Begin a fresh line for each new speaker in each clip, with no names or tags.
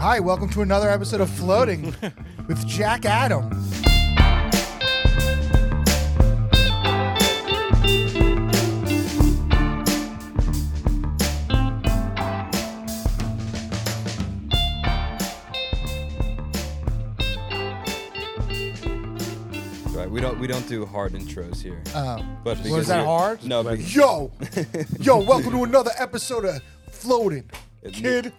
Hi, welcome to another episode of Floating with Jack Adam.
Right, we don't we don't do hard intros here.
Um,
but
was
because
that
you're-
hard?
No, but
Yo, yo, welcome to another episode of Floating, kid.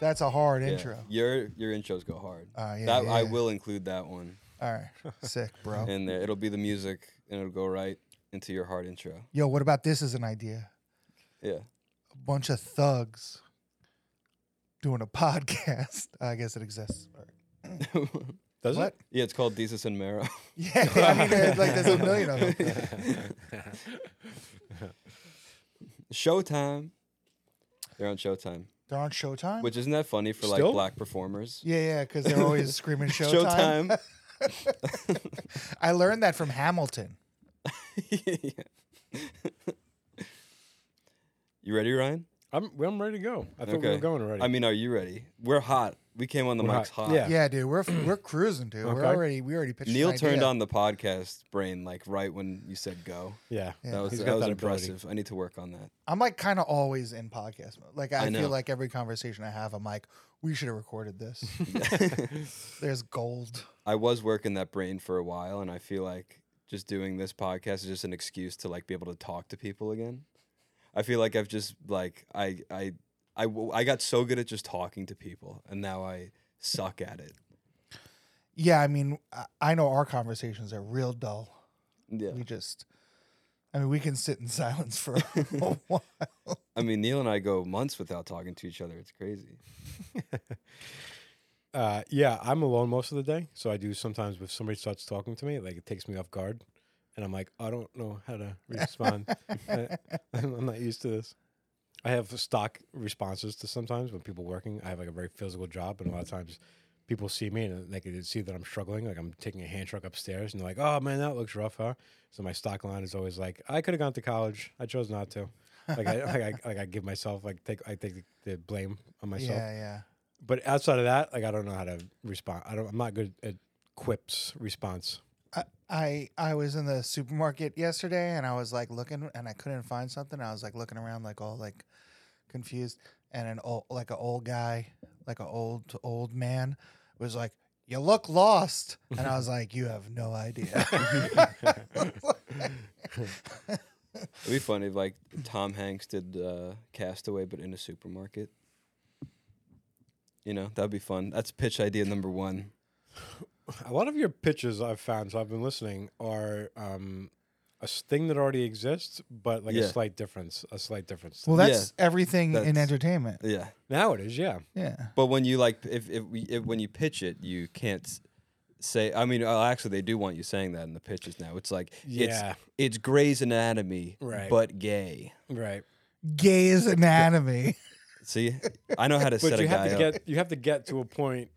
That's a hard
yeah,
intro.
Your your intros go hard.
Ah, yeah,
that, I
yeah.
will include that one
All right, sick, bro.
in there. It'll be the music, and it'll go right into your hard intro.
Yo, what about this as an idea?
Yeah,
A bunch of thugs doing a podcast. I guess it exists.
Does
What?
yeah. It's called Desus and Mero.
Yeah, I mean, there's, like there's a million of them.
Showtime. They're on Showtime,
They're on Showtime.
which isn't that funny for like
Still?
black performers.
yeah, yeah, because they're always screaming Showtime.
Showtime.
I learned that from Hamilton.
Yeah. you ready, Ryan?
I'm I'm ready to go. I thought we were going already.
I mean, are you ready? We're hot. We came on the
We're
mics hot.
hot. Yeah.
Yeah, dude, we're we're cruising, dude. We're
Okay.
already we already pitched. an
Neil turned
idea.
on the podcast brain like right when you said go.
yeah.
That was
He's
that
got
was
that ability.
impressive. I need to work on that.
I'm like kind of always in podcast mode. Like I,
I
feel
know.
like every conversation I have, I'm like, we should have recorded this. There's gold.
I was working that brain for a while, and I feel like just doing this podcast is just an excuse to like be able to talk to people again. I feel like I've just like I I I w- I got so good at just talking to people, and now I suck at it.
Yeah, I mean, I, I know our conversations are real dull.
Yeah.
We just, I mean, we can sit in silence for a while.
I mean, Neil and I go months without talking to each other. It's crazy.
Uh, yeah, I'm alone most of the day, so I do sometimes. If somebody starts talking to me, like it takes me off guard, and I'm like, I don't know how to respond. I, I'm not used to this. I have stock responses to sometimes when people working. I have like a very physical job, and a lot of times people see me and uh, they can see that I'm struggling. Like I'm taking a hand truck upstairs, and they're like, "Oh man, that looks rough, huh?" So my stock line is always like, "I could have gone to college. I chose not to." Like I like I, like I give myself like take I take the blame on myself
yeah, yeah.
but outside of that, like I don't know how to respond. I don't. I'm not good at quips response.
I, I I was in the supermarket yesterday and I was like looking and I couldn't find something. I was like looking around like all like confused and an old like an old guy, like an old old man was like, "You look lost." And I was like, "You have no idea."
It'd be funny if like Tom Hanks did uh, Castaway, but in a supermarket. You know, that'd be fun. That's pitch idea number one.
A lot of your pitches I've found, so I've been listening, are um, a s- thing that already exists, but like
Yeah.
a slight difference. A slight difference.
well,
Yeah,
that's everything in
that's-
entertainment.
Yeah.
now it is, yeah.
Yeah.
But when you like, if if, we, if when you pitch it, you can't s- say. I mean, oh, actually, they do want you saying that in the pitches now. It's like,
Yeah.
it's it's Grey's Anatomy,
Right.
But gay.
Right.
Gay is anatomy.
See, I know how to
But
set a
you have
guy
to
up.
get you have to get to a point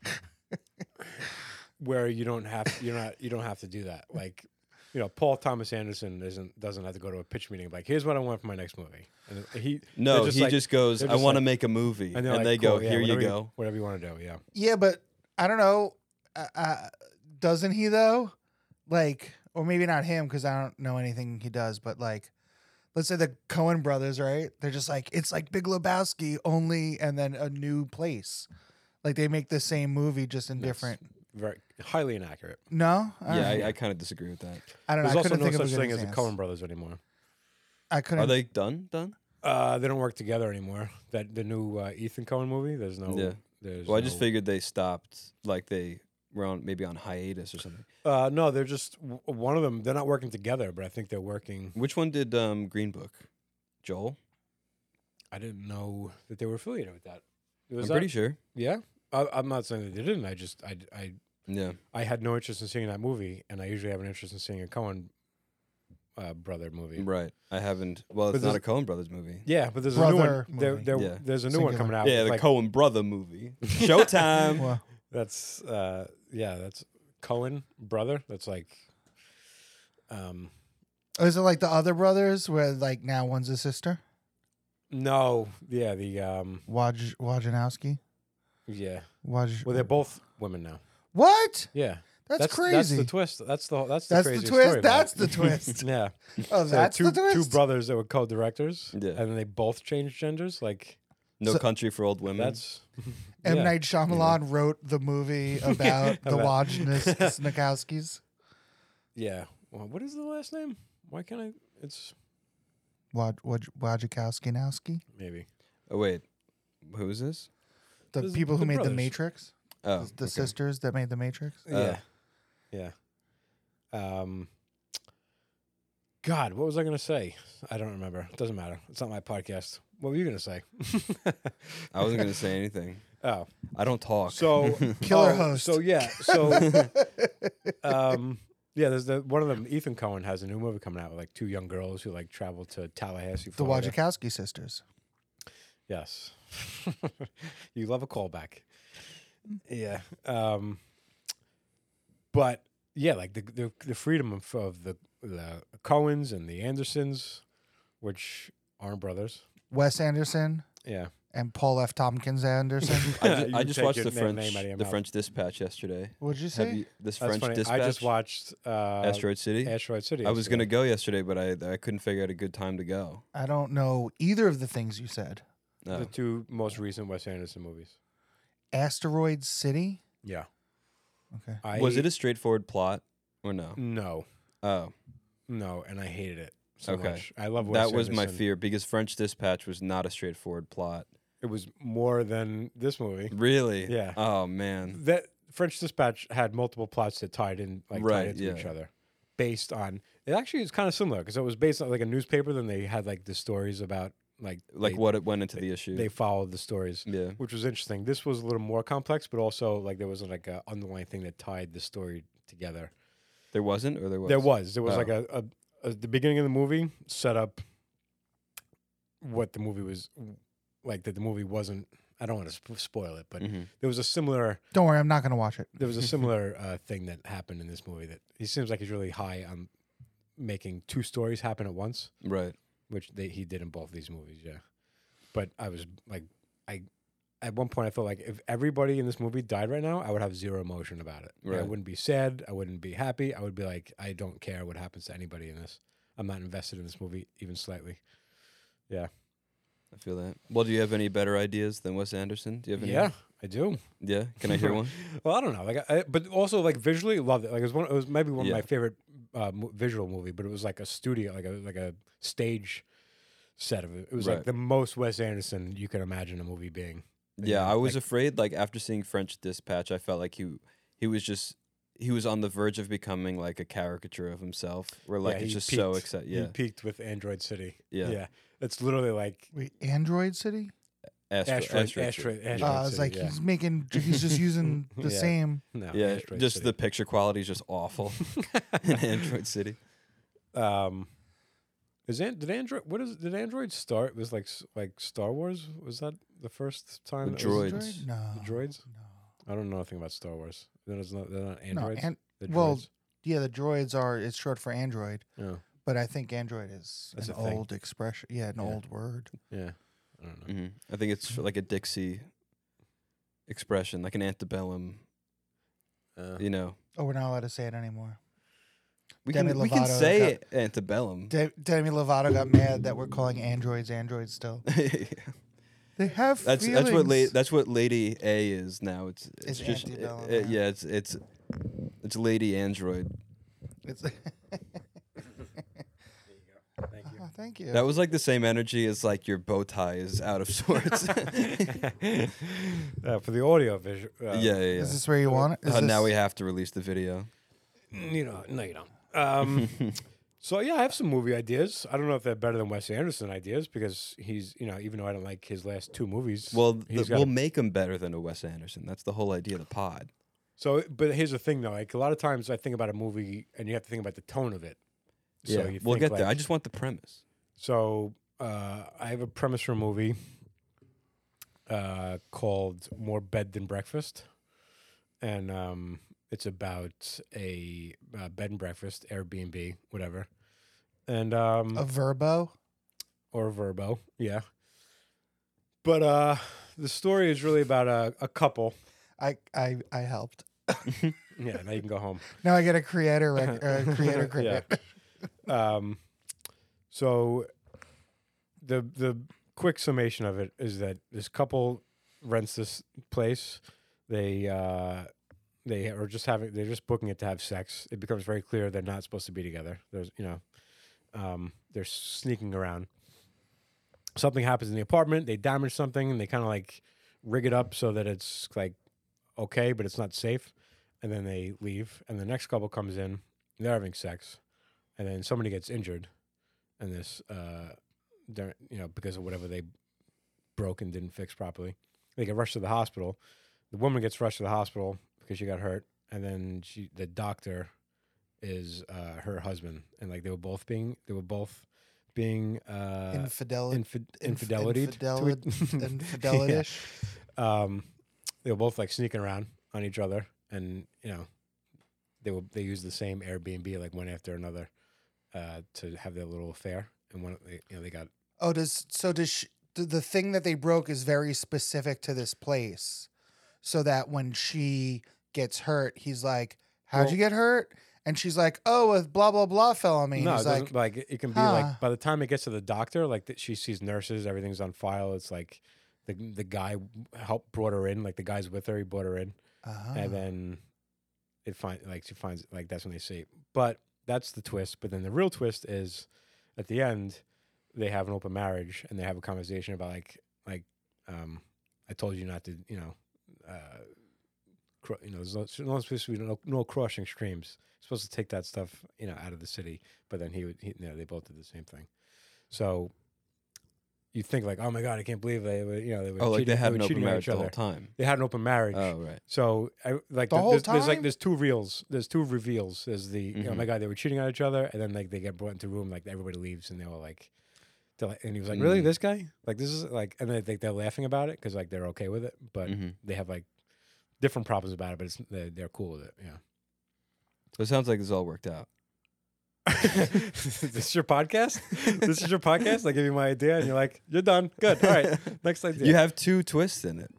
where you don't have you're not you don't have to do that. Like you know, Paul Thomas Anderson isn't doesn't have to go to a pitch meeting. Like, here's what I want for my next movie. And he
no,
they're just
he
like-
just goes.
they're
I
just
want to
like-
make a movie, and,
they're like,
they
"Cool,
go,
yeah,
"Here you
whatever
go."
whatever you want to do. Yeah.
yeah, but I don't know. Uh, uh, doesn't he though? Like, or maybe not him because I don't know anything he does. But like, let's say the Cohen brothers, right? They're just like it's like Big Lebowski only, and then a new place. Like they make the same movie just in
That's-
different.
very highly inaccurate.
No, All
Yeah,
right.
I, I kind of disagree with that.
I, don't know.
There's
I
also
couldn't
no
think of a
such
good
thing as the
example.
Cohen brothers anymore.
I
Are
couldn't.
they done? Done?
Uh, they don't work together anymore. That the new uh, Ethan Cohen movie. There's no.
Yeah.
There's
Well, I just
no-
figured they stopped, like they were on maybe on hiatus or something.
Uh, no, they're just w- one of them. They're not working together, but I think they're working.
Which one did um, Green Book? Joel.
I didn't know that they were affiliated with that. Was
I'm
that-
pretty sure.
Yeah. I, I'm not saying that they didn't. I just I, I
Yeah.
I had no interest in seeing that movie, and I usually have an interest in seeing a Cohen uh, brother movie.
Right. I haven't. Well,
But
it's not
there's-
a Cohen Brothers movie.
Yeah, but there's a new
Brother
one. There,
movie.
there,
Yeah.
There's a new one coming
Singular.
out.
Yeah,
with,
the
like,
Cohen Brother movie. Showtime.
Well,
That's uh yeah, that's Cohen brother. That's like um
oh, is it like the other brothers where like now one's a sister?
no, yeah, the um
Waj Wajanowski.
Yeah.
Why'd you-
Well, they're both women now.
what?
Yeah.
That's,
That's
crazy.
the twist. That's the whole- that's the
That's the
crazy
twist.
Story about
That's
it.
the twist.
yeah.
oh,
So
that's
two,
the twist.
Two brothers that were co-directors.
Yeah.
And they both changed genders. Like
No
So-
Country for Old Women.
that's
M
yeah.
Night Shyamalan wrote the movie about the
About-
Wojnarowskis.
Yeah. Well, what is the last name? Why can't I? It's
Woj- Woj- Wojciechowski-nowski?
maybe.
oh wait, who is this?
The
Those-
people who
the
made the
brothers.
Matrix,
Oh,
the, the
okay.
sisters that made the Matrix.
Uh,
yeah. Yeah. Um. God, what was I gonna say? I don't remember. It doesn't matter. It's not my podcast. What were you gonna say?
I wasn't gonna say anything.
oh,
I don't talk.
so
Killer
oh,
host.
So yeah, so um, yeah. There's the one of them. Ethan Cohen has a new movie coming out with like two young girls who like travel to Tallahassee.
The
Florida.
Wojciechowski sisters.
Yes. you love a callback. Yeah. Um, but yeah, like the the, the freedom of, of the the Cohens and the Andersons, which aren't brothers.
Wes Anderson
Yeah.
and Paul F. Tompkins Anderson.
I just,
You
I just
take
watched
your
the
name-
French
name out of your
the
mouth.
French Dispatch yesterday.
What'd you
Have
say?
you this
That's
French
funny.
Dispatch?
I just watched uh,
Asteroid City.
Asteroid City.
I was gonna
yesterday.
go yesterday, but I I couldn't figure out a good time to go. Oh.
I don't know either of the things you said.
No.
the two most recent Wes Anderson movies.
Asteroid City.
Yeah.
Okay.
I,
was it a straightforward plot or no?
no,
Oh,
no, and I hated it so
Okay.
much. I love Wes
that was my
Anderson.
fear because French Dispatch was not a straightforward plot.
It was more than this movie.
Really?
Yeah.
Oh man.
that French Dispatch had multiple plots that tied in, like
Right,
tied into each
yeah.
other, based on. It actually is kind of similar because it was based on like a newspaper. Then they had like the stories about like
Like
they,
what it went into the issue. Mm-hmm.
they followed the stories,
yeah.
which was interesting. This was a little more complex, but also like there was like a underlying thing that tied the story together.
There wasn't or there was.
There was there was
Oh.
like a, a, a the beginning of the movie set up what the movie was like that the movie wasn't. I don't want to sp- spoil it, but
Mhm.
there was a similar
Don't worry, I'm not gonna watch it.
there was a similar uh, thing that happened in this movie that he seems like he's really high on making two stories happen at once,
Right.
which they, he did in both these movies. Yeah, but I was like, I at one point I felt like if everybody in this movie died right now, I would have zero emotion about it. Like, I
Right.
wouldn't be sad. I wouldn't be happy. I would be like, I don't care what happens to anybody in this. I'm not invested in this movie even slightly.
I feel that. Well, do you have any better ideas than Wes Anderson? Do you have any?
Yeah, I do.
Yeah. Can I hear one?
Well, I don't know. Like, I, but also like visually, loved it. Like, it was one. It was maybe one
Yeah.
of my favorite uh, mo- visual movie. But it was like a studio, like a like a stage set of it. It was like
Right.
the most Wes Anderson you can imagine a movie being.
Yeah,
Yeah,
I was
like-
afraid. Like after seeing French Dispatch, I felt like he he was just he was on the verge of becoming like a caricature of himself. Where like
yeah,
it's
he
just so
peaked.
exciting.
He
Yeah,
peaked with Android City.
Yeah.
yeah. It's literally like
Wait, Android City?
Astro-
Asteroid,
Asteroid
Asteroid,
City.
Asteroid,
Uh, I was
City,
like,
yeah.
he's making, he's just using the
Yeah.
same.
no,
Yeah,
Asteroid
just
City.
the picture quality is just awful in Android City.
um. Is An- did Android? What is did Android start? Was like s- like Star Wars? Was that the first time? that was-
Droids.
Android? No.
The droids?
No.
I don't know anything about Star Wars. Then it's not they're not
No,
androids.
and-
The
well,
droids?
yeah, the droids are. It's short for Android,
yeah,
but I think Android is
That's
an
a thing.
old expression. Yeah, an
Yeah.
old word.
yeah. I don't know.
hmm I think it's like a Dixie expression, like an antebellum.
Uh,
You know,
Oh, we're not allowed to say it anymore.
we can
Demi
we can
Lovato
say
got-
it antebellum.
De- Demi Lovato got mad that we're calling androids androids still. They have
That's
feelings.
that's what la- that's what Lady A is now. It's
It's
it's, just
Auntie Bella
it- it-
now.
yeah. It's it's it's Lady Android.
It's-
Thank
Ah, thank you.
That was like the same energy as like your bow tie is out of sorts.
you. uh, for the audio visual. Uh,
yeah, yeah, yeah.
Is this where you want it? Is
Uh, now we
this-
have to release the video.
You know, no, you don't. Um, so yeah, I have some movie ideas. I don't know if they're better than Wes Anderson ideas because he's you know even though I don't like his last two movies.
Well, the,
he's got
we'll
a-
make him better than a Wes Anderson. That's the whole idea of the pod.
so but here's the thing though. Like a lot of times I think about a movie and you have to think about the tone of it.
Yeah,
So you
we'll
think,
get
like,
there. I just want the premise.
So uh, I have a premise for a movie uh, called "More Bed Than Breakfast," and um, it's about a uh, bed and breakfast, Airbnb, whatever, and um,
a verbo.
or Verbo, yeah. But uh, the story is really about a, a couple.
I I I helped.
Yeah, now you can go home.
Now I get a creator rec- uh, creator credit.
Um, so the the quick summation of it is that this couple rents this place. They uh, they are just having they're just booking it to have sex. It becomes very clear they're not supposed to be together. There's you know um, they're sneaking around. Something happens in the apartment. They damage something and they kind of like rig it up so that it's like okay, but it's not safe. And then they leave. And the next couple comes in. and They're having sex and then somebody gets injured and this uh they're- you know because of whatever they broke and didn't fix properly they get rushed to the hospital the woman gets rushed to the hospital because she got hurt and then she the doctor is uh her husband and like they were both being they were both being uh
Infidelity.
infi-
inf-
infidelity
infidelid- Infidelity.
um, they were both like sneaking around on each other, and you know, they were they used the same Airbnb like one after another uh, to have their little affair, and one they, you know they got
Oh, does so does she, the- the thing that they broke is very specific to this place, so that when she gets hurt, he's like, "How'd
Well-
you get hurt?" And she's like, "Oh, with blah blah blah fell on me." And
no, it
he's
like,
like,
like it it can be
huh.
like by the time it gets to the doctor, like that she sees nurses, everything's on file. It's like the the guy helped brought her in, like the guy's with her, he brought her in,
uh
Ah.
and then it find like she finds like that's when they see. But that's the twist. But then the real twist is at the end they have an open marriage and they have a conversation about like like um I told you not to you know uh cru- you know there's not, there's not supposed to be no, no crossing streams. supposed to take that stuff you know out of the city. But then he would he, you know, they both did the same thing. So. You think like, oh my god, I can't believe they, were, you know, they were
Oh,
cheating,
like they had
were
an open
cheating on
marriage
each
the
other.
whole time.
They had an open marriage.
Oh, right.
So I like
The
th-
whole
there's, there's like
time?
there's two reels, there's two reveals. There's the you know, oh
Mhm.
my god, they were cheating on each other, and then like they get brought into a room, like everybody leaves, and they were like, they're like- and he was like, really,
Mm.
this guy, like this is like, and they think they're laughing about it because like they're okay with it, but
Mhm.
they have like different problems about it, but it's they're, they're cool with it.
So it sounds like this all worked out.
Yeah. this is your podcast. This is your podcast. I give you my idea, and you're like, you're done. Good. All right. Next idea.
You have two twists in it.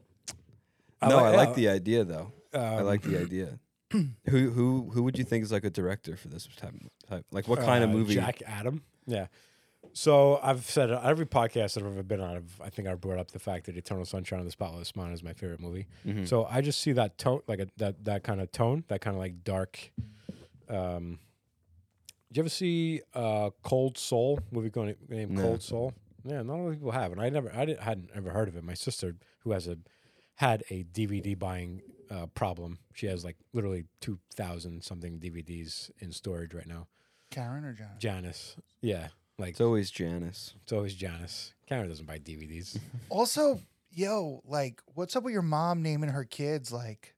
I
no,
like-
I like
yeah.
the idea though. I
Um,
like the idea. who who who would you think is like a director for this type? type? Like what kind of
uh,
movie?
Jack Adam. Yeah. So I've said it- every podcast that I've ever been on, I've, I think I brought up the fact that Eternal Sunshine of the Spotless Mind is my favorite movie.
Mhm.
So I just see that tone, like a, that that kind of tone, that kind of like dark. Um, did you ever see uh, Cold Soul movie going named
No.
Cold Soul? Yeah, not a lot of people have, and I never, I didn't, hadn't ever heard of it. My sister, who has a had a DVD buying uh, problem, she has like literally two thousand something DVDs in storage right now.
Karen or John?
Janice. Yeah. Like
It's always Janice.
it's always Janice. Karen doesn't buy DVDs.
Also, yo, like, what's up with your mom naming her kids like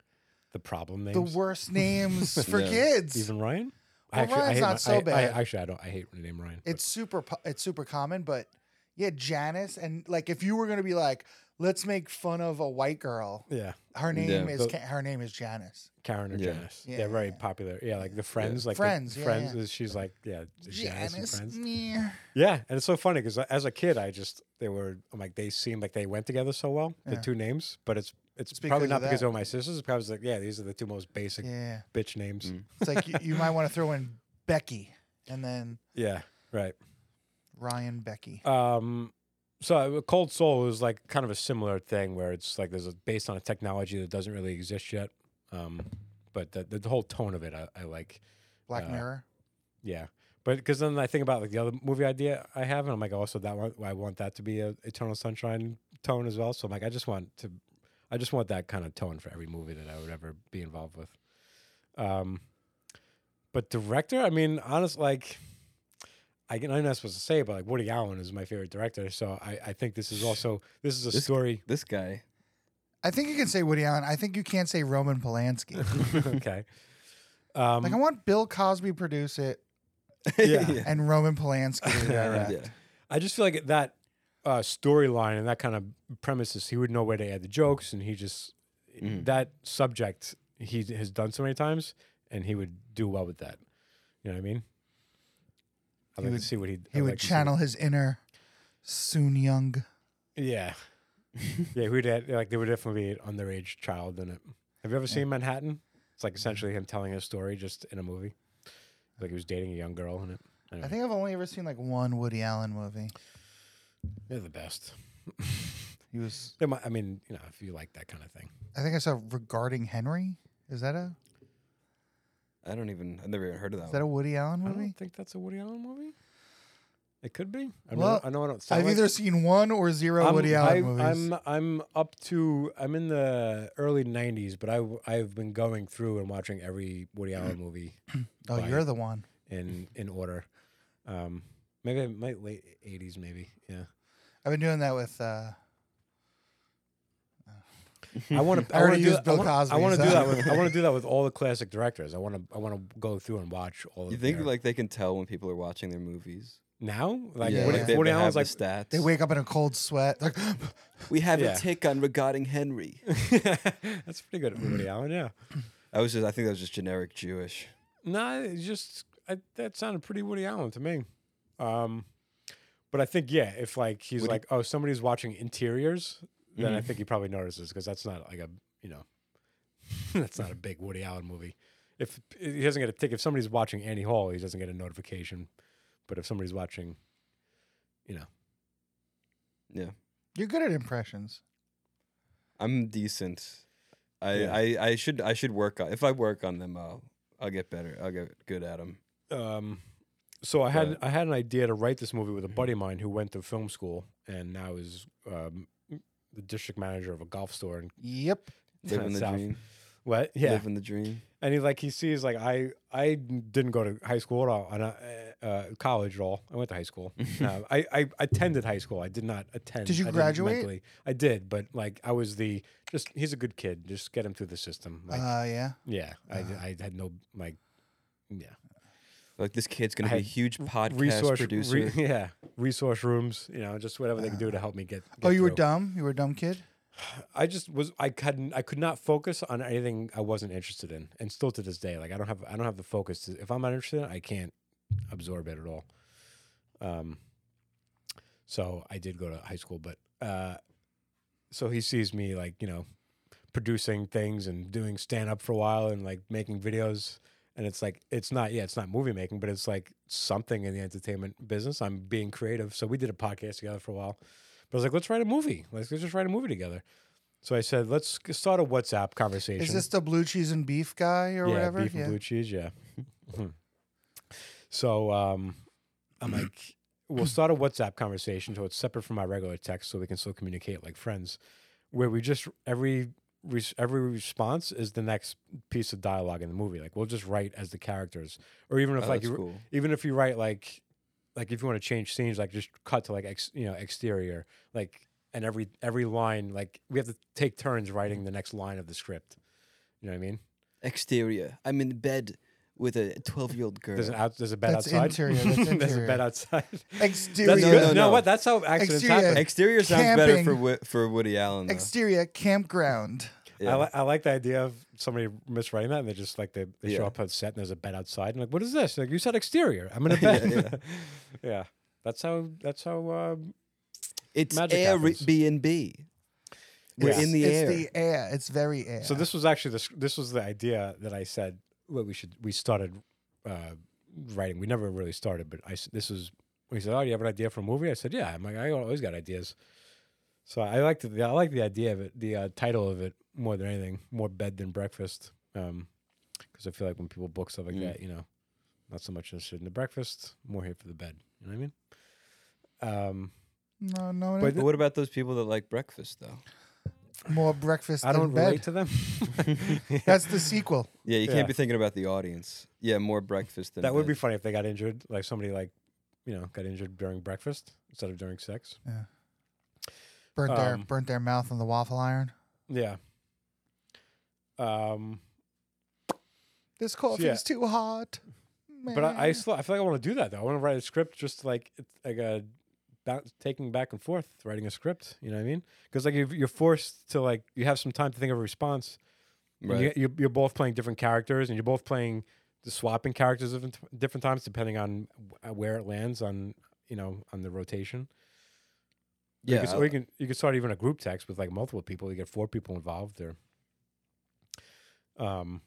The problem names.
the worst names for
Yeah.
kids?
Even Ryan.
Well,
actually,
Ryan's
hate
not
my-
so
I- I-
bad.
actually, I don't. I hate the name Ryan. but-
it's super po- it's super common but yeah janice and like if you were gonna be like let's make fun of a white girl
yeah,
her name
Yeah.
is
But-
Ca- her name is janice
Karen or
Yeah.
Janice.
Yeah,
They're very
yeah.
popular. Yeah, like the Friends. Like the
Friends, yeah,
Friends.
yeah.
is- She's like yeah, Janice. and
janice Mm.
Friends.
meh.
Yeah, and it's so funny because as a kid, I just they were I'm like they seemed like they went together so well. The
Yeah.
two names, but it's it's,
It's because
probably not
of
because
that.
they were my sisters. It's probably like yeah, these are the two most basic
yeah
bitch names.
Mm.
it's like you, you might want to throw in becky and then
Yeah, right.
ryan becky
Um, so uh, Cold Soul is like kind of a similar thing where it's like there's a based on a technology that doesn't really exist yet. Um, but the, the whole tone of it, I, I like.
black
uh,
mirror
Yeah, but because then I think about like the other movie idea I have, and I'm like, also that one, I want that to be a Eternal Sunshine tone as well. So I'm like, I just want to, I just want that kind of tone for every movie that I would ever be involved with. Um, but director, I mean, honest, like, I can, I'm not supposed to say, it, but like Woody Allen is my favorite director, so I, I think this is also this is a
This-
story.
This guy.
i think you can say woody allen i think you can't say roman polanski
okay. Um,
like i want bill cosby produce it
Yeah. uh,
and roman polanski to direct.
Yeah.
I just feel like that uh, storyline and that kind of premises, he would know where to add the jokes, and he just
Mhm.
that subject he has done so many times, and he would do well with that. You know what I mean?
He
I'd like
would-
to see what he
he would channel his inner soon young
Yeah, Yeah, who did like there would definitely be an underage child in it. Have you ever seen Manhattan? It's like essentially him telling his story just in a movie. Like he was dating a young girl in it.
I think I've only ever seen like one Woody Allen movie.
They're the best.
He was.
They might, I mean, you know, if you like that kind of thing.
I think I saw Regarding Henry. Is that a
I don't even. I've never even heard of that.
is that a
one.
Woody Allen
Oh. I don't
movie?
think that's a Woody Allen movie. It could be. I
Well,
know. I know. I don't. sound
I've
like-
either seen one or 0 Woody Allen
I've-
movies.
I'm I'm up to I'm in the early '90s, but I I've been going through and watching every Woody Allen movie
oh,
by-
you're the one.
in in order. Um, maybe I might late '80s, maybe. Yeah,
I've been doing that with. uh
I want to.
I
I want
already
to do.
used
that-
Bill
I wanna- I
Cosby,
want to
so-
do that. With, I want to do that with all the classic directors. I want to. I want to go through and watch all.
You
of
think
their-
like they can tell when people are watching their movies?
now? Like
Yeah,
Woody,
like
they,
Woody
they
Allen's like.
have the stats.
They wake up in a cold sweat. Like,
we have
Yeah.
a tick on regarding Henry.
That's pretty good, Woody Allen. Yeah.
I was just. I think that was just generic Jewish.
No, it's just I, that sounded pretty Woody Allen to me. Um, but I think yeah, if like he's
Woody-
like, oh, somebody's watching interiors, then I
Mhm.
think he probably notices because that's not like a you know, that's not a big Woody Allen movie. If he doesn't get a tick, if somebody's watching Annie Hall, he doesn't get a notification. But if somebody's watching, you know,
Yeah,
you're good at impressions.
I'm decent. I,
Yeah.
I, I should I should work on if I work on them I'll I'll get better I'll get good at them.
um, so I had
Right.
I had an idea to write this movie with a buddy of mine who went to film school and now is um, the district manager of a golf store in
Yep.
Living the
South.
dream.
What? Yeah.
Living the dream.
And he like he sees like I I didn't go to high school at all, and I, uh, uh, college at all. I went to high school. um, I, I attended high school. I did not attend.
Did you
I didn't
graduate?
mentally- I did, but like I was the just he's a good kid. Just get him through the system. Like
uh, yeah.
yeah, I,
uh,
I had no like yeah
Like this kid's gonna
I
be a
had
huge podcast
resource re-
producer.
yeah resource rooms. You know just whatever they could do to help me get.
Oh,
get
you were
through.
dumb. You were a dumb kid.
I just was I couldn't I could not focus on anything I wasn't interested in, and still to this day, like I don't have I don't have the focus. To, if I'm not interested, in it, I can't absorb it at all. Um, so I did go to high school, but uh, so he sees me like you know producing things and doing stand up for a while and like making videos, and it's like it's not yeah it's not movie making, but it's like something in the entertainment business. I'm being creative, so we did a podcast together for a while. But I was like, let's write a movie. Let's, let's just write a movie together. So I said, let's g- start a WhatsApp conversation.
Is this the blue cheese and beef guy or
yeah,
whatever?
beef and blue cheese? Yeah. so um, I'm like, we'll start a WhatsApp conversation so it's separate from our regular text, so we can still communicate like friends. Where we just every res- every response is the next piece of dialogue in the movie. Like we'll just write as the characters, or even
Oh,
if like
that's
you,
cool.
even if you write like like if you want to change scenes like just cut to like ex you know exterior like and every every line like we have to take turns writing the next line of the script you know what i mean
Exterior. I'm in bed with a 12 year old girl.
there's an out there's a bed
That's
outside
interior, that's
there's a
interior.
bed outside
Exterior.
that's
No,
good
no,
no,
no.
what that's how accidents
Exterior.
happen
Exterior sounds better for
Camping.
Wo- for Woody Allen. though.
Exterior campground.
Yeah.
I, li- I like the idea of somebody miswriting that and they just like they, they show
Yeah.
up on set and there's a bed outside and like what is this like you said exterior i'm in a bed yeah,
yeah.
that's how that's how um,
it's
Magic happens.
Airbnb. We're
Yeah.
in the
it's
air.
the air. It's very air.
So this was actually this this was the idea that I said well, we should we started uh, writing. We never really started, but I s- this was he said, "Oh, you have an idea for a movie?" I said, "Yeah." I'm like, I always got ideas. So I liked the I like the idea of it, the uh, title of it more than anything, more bed than breakfast, because I feel like when people book stuff like
Mm.
that, you know, not so much interested in the breakfast, more here for the bed. You know what I mean? Um,
no, no,
But
But what about those people that like breakfast though?
more breakfast.
I
than
don't
bed.
relate to them.
That's the sequel.
Yeah, you can't
Yeah.
be thinking about the audience. Yeah, more breakfast than
That would be
bed.
funny if they got injured, like somebody like, you know, got injured during breakfast instead of during sex.
Burnt their
Um,
burnt their mouth on the waffle iron.
Yeah. Um,
This coffee's
yeah.
too hot.
but I, I,
Man.
still, I feel like I want to do that though. I want to write a script, just like it's like a bounce, taking back and forth, writing a script. You know what I mean? Because like you've, you're forced to like you have some time to think of a response. and
Right.
You, you're, you're both playing different characters, and you're both playing the swapping characters of different times depending on wh- where it lands on you know on the rotation. Or you
Yeah,
could-
uh,
or you can you can start even a group text with like multiple people. You get four people involved there. Um,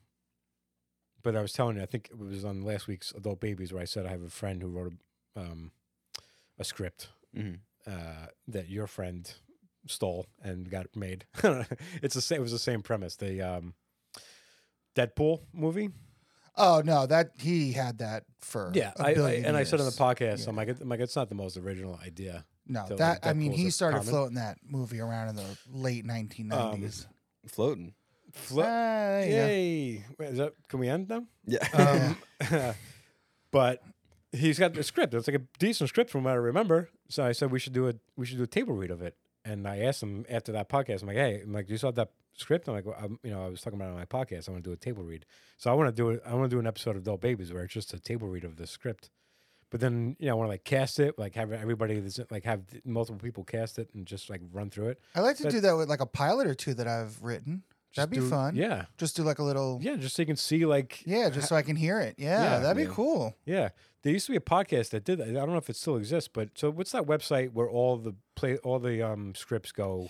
but I was telling you, I think it was on last week's Adult Babies where I said I have a friend who wrote a, um, a script
mhm.
uh, that your friend stole and got made. it's the same. It was the same premise. The um, Deadpool movie.
Oh no, that he had that for
Yeah,
a
I, I
billion
and I said on the
years.
podcast,
Yeah.
I'm like, it- I'm like, it's not the most original idea.
No,
So,
that
like,
I mean,
Deadpool's
he
a
started
common-
floating that movie around in the late 1990s.
floating.
Flip.
Ah, there you go.
Yay! Wait, is that, can we end now?
Yeah.
Um, but he's got the script. It's like a decent script from what I remember. So I said we should do a we should do a table read of it. And I asked him after that podcast. I'm like, hey, I'm like, do you saw that script? I'm like, well, I'm, you know, I was talking about it on my podcast. I want to do a table read. So I want to do it. I want to do an episode of Adult Babies where it's just a table read of the script. But then you know, I want to like cast it, like have everybody that's like have multiple people cast it and just like run through it.
I like to
That-
do that with like a pilot or two that I've written.
Just
That'd be
do-
fun.
Yeah,
Just do like a little yeah,
yeah, just so you can see like
just so I can hear it. Yeah,
Yeah,
that'd be
yeah.
cool.
Yeah, there used to be a podcast that did that. I don't know if it still exists, but so what's that website where all the play all the um scripts go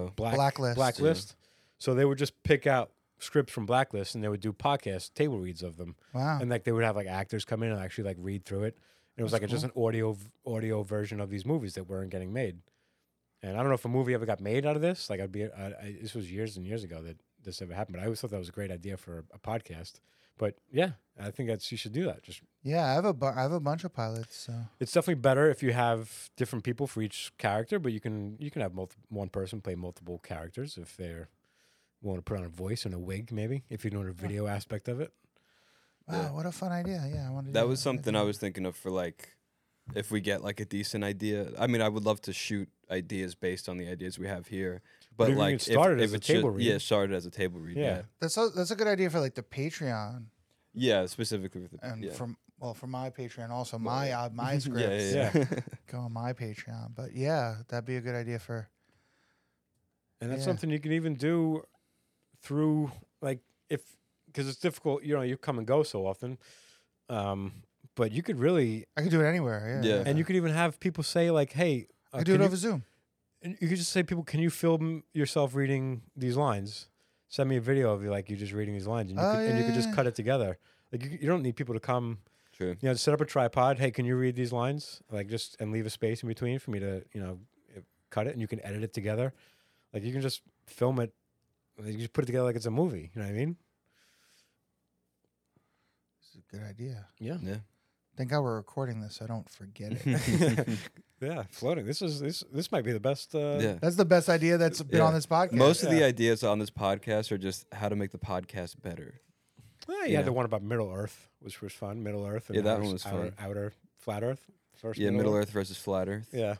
Oh,
black,
Blacklist.
blacklist? So they would just pick out scripts from blacklist and they would do podcast table reads of them,
Wow.
and like they would have like actors come in and actually like read through it. And it was
That's
like a just an audio v- audio version of these movies that weren't getting made. And I don't know if a movie ever got made out of this. Like I'd be, I, I, this was years and years ago that this ever happened. But I always thought that was a great idea for a, a podcast. But yeah, I think that's you should do that. Just
yeah, I have a bu- I have a bunch of pilots. So
it's definitely better if you have different people for each character, but you can you can have multi- one person play multiple characters if they're want to put on a voice and a wig, maybe if you know the video aspect of it.
wow,
Yeah.
what a fun idea. Yeah, I wanted
that was something I was thinking of for like if we get like a decent idea. I mean, I would love to shoot ideas based on the ideas we have here.
But
But
if you
like
can start it as a
it's ju-
table read.
Yeah, start it as a table read.
Yeah.
Yeah.
That's a, that's a good idea for like the Patreon
Yeah, specifically with the
and
yeah.
from well for my Patreon also
Well,
my uh, my
Yeah,
scripts
yeah, yeah.
go on my Patreon. But yeah, that'd be a good idea for
And that's
Yeah.
something you can even do through like if because it's difficult, you know, you come and go so often. Um, but you could really,
I could do it anywhere. Yeah,
Yeah.
and you could even have people say like, "Hey, uh,
I do
can
it
you-
over Zoom.
And you could just say, people, can you film yourself reading these lines? Send me a video of you, like you just reading these lines, and you,
Oh,
could, and you could just
yeah.
cut it together. Like you, you don't need people to come.
True.
You know, set up a tripod. Hey, can you read these lines? Like just and leave a space in between for me to, you know, eh, cut it, and you can edit it together. Like you can just film it. like, You just put it together like it's a movie. You know what I mean?
This is a good idea.
Yeah.
Yeah.
Thank God we're recording this. so I don't forget it.
yeah, floating. This is this. This might be the best. Uh,
yeah.
That's the best idea that's been
Yeah.
on this podcast.
Most of the
Yeah.
ideas on this podcast are just how to make the podcast better.
Well, eh, you
Yeah.
had the one about Middle Earth, which was fun. Middle Earth. And
Yeah, that
outer-
one was
outer,
fun.
Outer Flat Earth. First
Yeah, Middle Earth versus Flat Earth.
Yeah.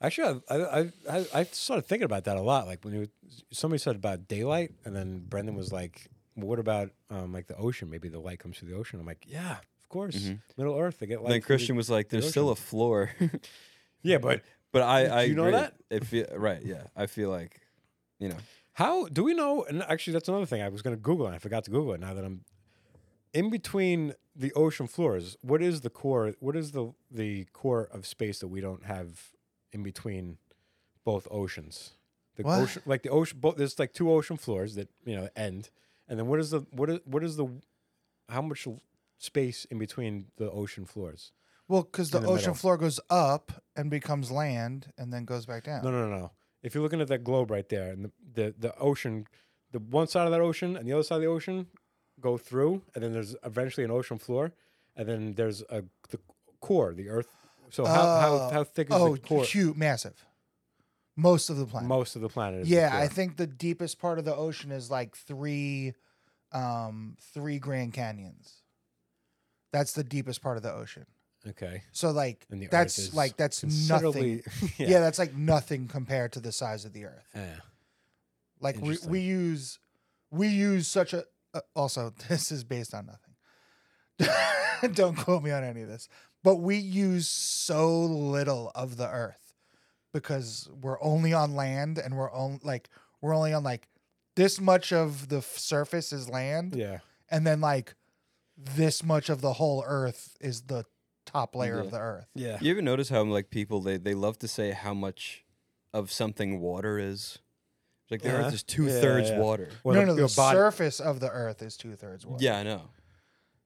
Actually, I, I I I started thinking about that a lot. Like when you somebody said about daylight, and then Brendan was like, well, "What about um, like the ocean? Maybe the light comes through the ocean." I'm like, "Yeah, of course,
Mhm.
Middle Earth. They get light."
Then
through the-
Christian was like,
the
"There's still a
ocean."
floor."
yeah, but
but I, I
Do you know
agree.
that?
It feel, right. Yeah, I feel like, you know,
How do we know? And actually, that's another thing I was going to Google and I forgot to Google it. Now that I'm in between the ocean floors, what is the core? What is the the core of space that we don't have in between both oceans? The
What?
ocean, like the ocean, both there's like two ocean floors that you know end, and then what is the what is what is the how much l- space in between the ocean floors?
well, because the,
in the
ocean
middle.
floor goes up and becomes land, and then goes back down.
No, no, no, no. If you're looking at that globe right there, and the, the, the ocean, the one side of that ocean and the other side of the ocean go through, and then there's eventually an ocean floor, and then there's a the core, the Earth. So how, how,
Oh.
how thick is
oh,
the core?
huge, massive. Most of the planet.
Most of the planet is. the
yeah, I
core.
think the deepest part of the ocean is like three, um, three Grand Canyons. That's the deepest part of the ocean.
okay.
So like
And the Earth
that's
is
like that's nothing.
Considerably. yeah.
Yeah. that's like nothing compared to the size of the Earth.
Yeah.
Like we,
Interesting.
we use we use such a uh, also this is based on nothing. Don't quote me on any of this. But we use so little of the earth because we're only on land and we're on like we're only on like this much of the f- surface is land
Yeah.
and then like this much of the whole earth is the top layer
Yeah.
of the earth.
Yeah.
you ever notice how like people they they love to say how much of something water is. Like the
Yeah.
Earth is two
Yeah,
thirds
Uh-huh. yeah.
water.
Well,
no, no, the
your body-
surface of the Earth is two thirds water.
Yeah, I know.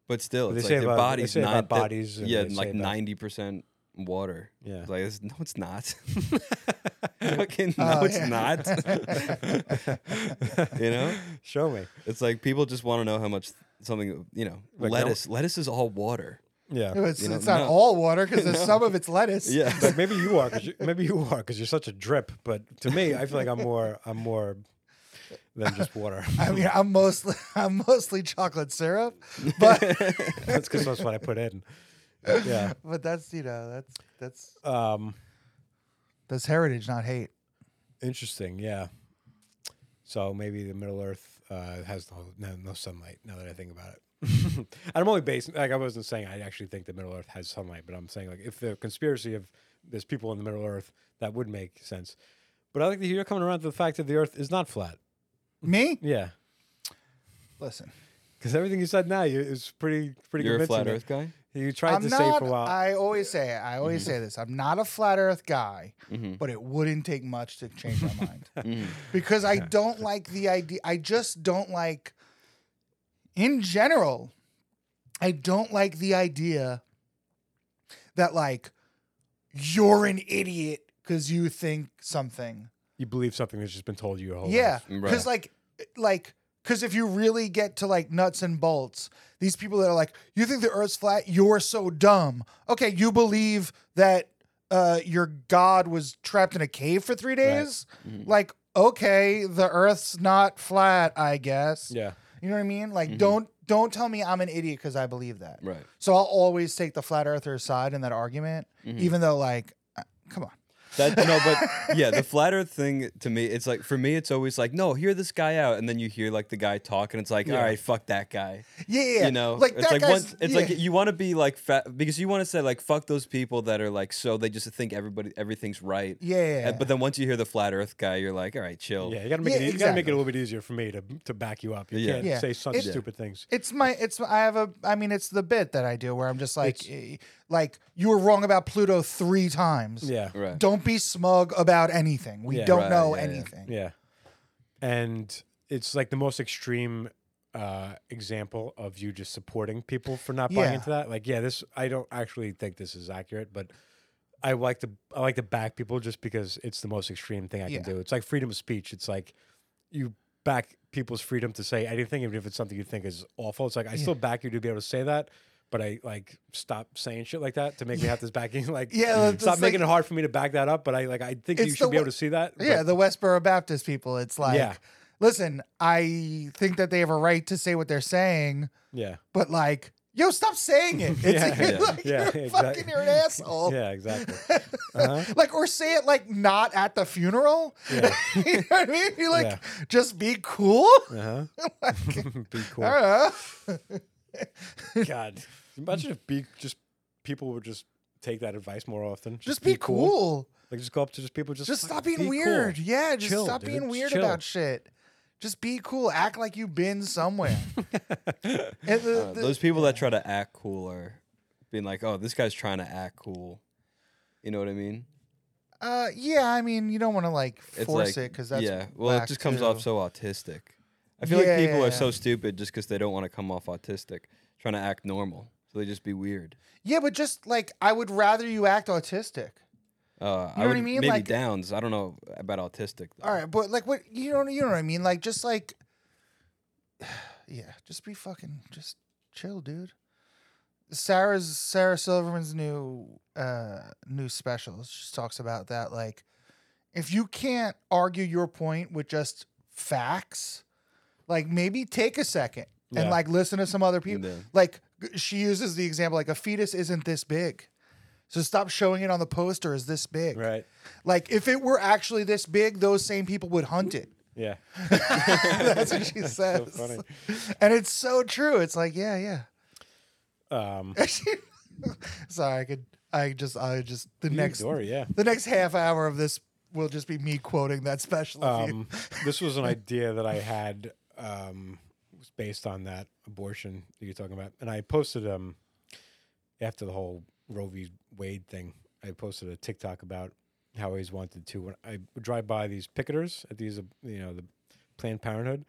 But still,
Well,
it's
they say
like their
about- they
bodies,
say about
nine- that-
bodies and
yeah,
they say
like
about-
ninety percent water.
Yeah.
It's like it's, no, it's not. Fucking no,
Oh,
it's
yeah.
not. you know,
Show me.
it's like people just want to know how much something. You know,
Like, no-
lettuce. Lettuce is all water.
No,
Yeah.
It's,
You know,
it's not
no.
all water because
No.
some of it's lettuce.
Yeah.
Like maybe you are, 'cause you, maybe you are, because you're such a drip. But to me, I feel like I'm more, I'm more than just water.
I mean, I'm mostly I'm mostly chocolate syrup, but
that's because that's what I put in. Yeah.
but that's you know that's that's
Um,
that's heritage, not hate.
interesting. Yeah. So maybe the Middle Earth uh, has no, no, no sunlight. Now that I think about it, and I'm only based like I wasn't saying I actually think the Middle Earth has sunlight, but I'm saying like if the conspiracy of there's people in the Middle Earth, that would make sense. But I think that you're coming around to the fact that the Earth is not flat.
Me,
Yeah,
listen,
because everything you said now you, is pretty pretty
You're a
convincing.
flat Earth guy.
You tried
I'm
to
not.
say for a while. Mm-hmm.
I always say it, I always say this. I'm not a flat Earth guy,
Mhm.
but it wouldn't take much to change my mind.
Mm.
because I don't like the idea. I just don't like, in general, I don't like the idea that, like, you're an idiot because you think something.
you believe something that's just been told you your whole
yeah.
life.
Right.
Because, like, like, because if you really get to like nuts and bolts, these people that are like, you think the earth's flat, you're so dumb. Okay, you believe that uh, your god was trapped in a cave for three days?
Mhm.
like okay the earth's not flat i guess
Yeah.
you know what i mean like
Mhm.
don't don't tell me i'm an idiot because i believe that
Right.
so i'll always take the flat earther's side in that argument
Mhm.
even though like uh, come on
That no, but yeah, the flat Earth thing to me, it's like for me, it's always like, no, hear this guy out, and then you hear like the guy talk, and it's like,
Yeah.
all right, fuck that guy,
yeah, yeah, yeah.
you know,
like
it's
that
like
guy's,
once, it's like
yeah.
you want to be like fat because you want to say like fuck those people that are like so they just think everybody everything's right,
yeah, yeah, yeah.
And- but then once you hear the flat Earth guy, you're like, all right, chill,
Yeah, you gotta make
Yeah,
it. e, You gotta make it
exactly.
a little bit easier for me to to back you up. You
Yeah.
can't
Yeah.
say such
It-
stupid things.
it's my it's i have a i mean it's the bit that i do where i'm just like
It's-
eh, like you were wrong about pluto three times
Yeah,
right,
don't be smug about anything we
Yeah.
don't
Right,
know
yeah, yeah.
anything
yeah, and it's like the most extreme uh, example of you just supporting people for not buying
Yeah.
into that. Like, yeah, this I don't actually think this is accurate, but I like to I like to back people just because it's the most extreme thing I
Yeah.
can do. It's like freedom of speech. It's like you back people's freedom to say anything, even if it's something you think is awful. It's like I still back you to be able to say that. But I like stop saying shit like that to make me have this backing. Like,
Yeah, it's
stop
like-
making it hard for me to back that up. But I like, I think you
It's
should
the
be able
wa-
to see that.
Yeah,
but-
the Westboro Baptist people. It's like,
Yeah.
listen, I think that they have a right to say what they're saying,
yeah.
but like, yo, stop saying it. It's
Yeah,
you're
yeah,
like,
yeah,
you're
exactly.
fucking, you're an asshole.
Yeah, exactly. Uh-huh.
Like, or say it like not at the funeral.
Yeah.
you know what I mean? You're like,
Yeah.
just be cool.
Uh-huh.
Oh
be cool.
I don't know.
God. Imagine if be just people would just take that advice more often.
Just be cool.
Like just go up to just people just
Just
like,
stop being
be cool.
weird. Yeah, just
Chill,
stop
dude.
being weird
Chill.
about shit. Just be cool. Act like you've been somewhere. And the-
Uh,
the-
those people that try to act cool are being like, oh, this guy's trying to act cool, you know what I mean?
Uh, yeah. I mean, you don't want to like force it because that's
yeah. Well,
whack,
it just comes off
too.
so autistic. I feel
Yeah,
like people
yeah,
are
yeah.
so stupid just because they don't want to come off autistic, trying to act normal, so they just be weird.
Yeah, but just like I would rather you act autistic.
Uh,
You know
I
what I
would
mean?
maybe
Like-
Downs. I don't know about autistic. Though.
All right, but like what you don't you know what I mean? Like just like, yeah, just be fucking just chill, dude. Sarah's Sarah Silverman's new uh new special. She talks about that. Like, if you can't argue your point with just facts, like maybe take a second
Yeah.
and like listen to some other people.
Yeah.
like g- she uses the example like a fetus isn't this big so stop showing it on the poster as this big
Right.
like if it were actually this big those same people would hunt it
Yeah.
that's what she says
funny.
and it's so true it's like yeah yeah
Um
Actually, sorry i could i just i just the next
door, yeah.
the next half hour of this will just be me quoting that special of you.
Um this was an idea that I had um was based on that abortion that you're talking about. And I posted um after the whole Roe v. Wade thing, I posted a TikTok about how I always wanted to. When I would drive by these picketers at these, uh, you know, the Planned Parenthood,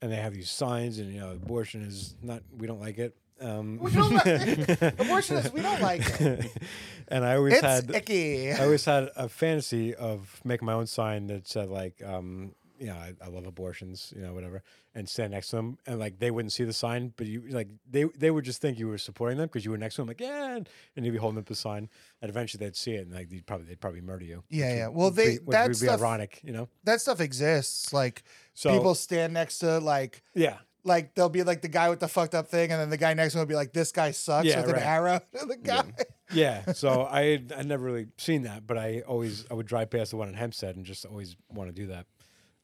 and they have these signs, and you know, abortion is not. We don't like it. Um,
We don't like- Abortion is- we don't like it.
and I always
It's
had
icky.
I always had a fantasy of making my own sign that said like, um, you know, I, I love abortions, you know, whatever, and stand next to them, and like they wouldn't see the sign, but you like they they would just think you were supporting them because you were next to them, like yeah, and you'd be holding up the sign, and eventually they'd see it, and like they'd probably they'd probably murder you.
Yeah,
which
yeah.
would-
Well,
would be-
they-
which
that
would be
stuff-
ironic, you know.
that stuff exists. Like
So
people stand next to like
yeah,
like there'll be like the guy with the fucked up thing, and then the guy next to him will be like, "This guy sucks"
Yeah,
with an
right.
arrow to the guy.
yeah. So I had- I'd never really seen that, but I always I would drive past the one in Hempstead and just always want to do that.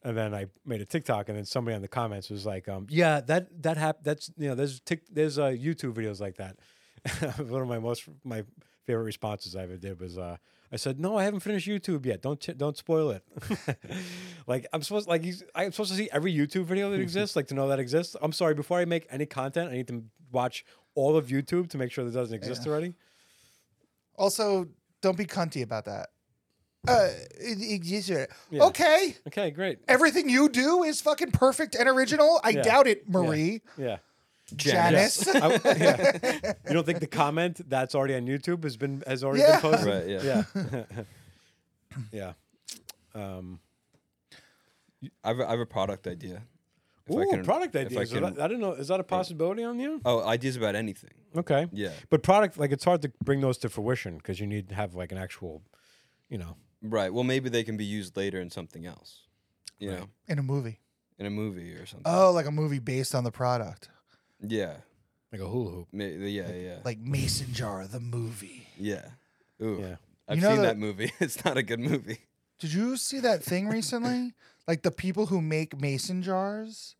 And then I made a TikTok, and then somebody on the comments was like, um, "Yeah, that that hap- That's you know, there's tic- there's uh, YouTube videos like that." one of my most my favorite responses I ever did was, uh, "I said no, I haven't finished YouTube yet. Don't ch- don't spoil it." like I'm supposed like he's, I'm supposed to see every YouTube video that exists, like to know that exists. I'm sorry. Before I make any content, I need to watch all of YouTube to make sure that doesn't exist already.
Also, don't be cunty about that. Uh, it exists. already.
Yeah.
Okay,
Okay, great.
everything you do is fucking perfect and original. I
Yeah.
doubt it, Marie.
Yeah.
Janice.
I- yeah. You don't think the comment that's already on YouTube has been has already
Yeah.
been posted?
Right, yeah.
Yeah. yeah. Um,
I have, a, I have a product idea. If I
ooh,
can-
product
if I
ideas.
can-
I, I don't know. Is that a possibility on you?
oh, ideas about anything.
Okay.
Yeah.
But product, like, it's hard to bring those to fruition because you need to have like an actual, you know.
Right. Well, maybe they can be used later in something else. You
Right.
know,
in a movie.
in a movie or something.
Oh, like a movie based on the product,
yeah.
Like a hula hoop.
Ma- Yeah. Yeah.
like Mason Jar the movie.
yeah. Ooh.
Yeah.
I've
You know
seen
the-
that movie. It's not a good movie.
Did you see that thing recently? like the people who make mason jars,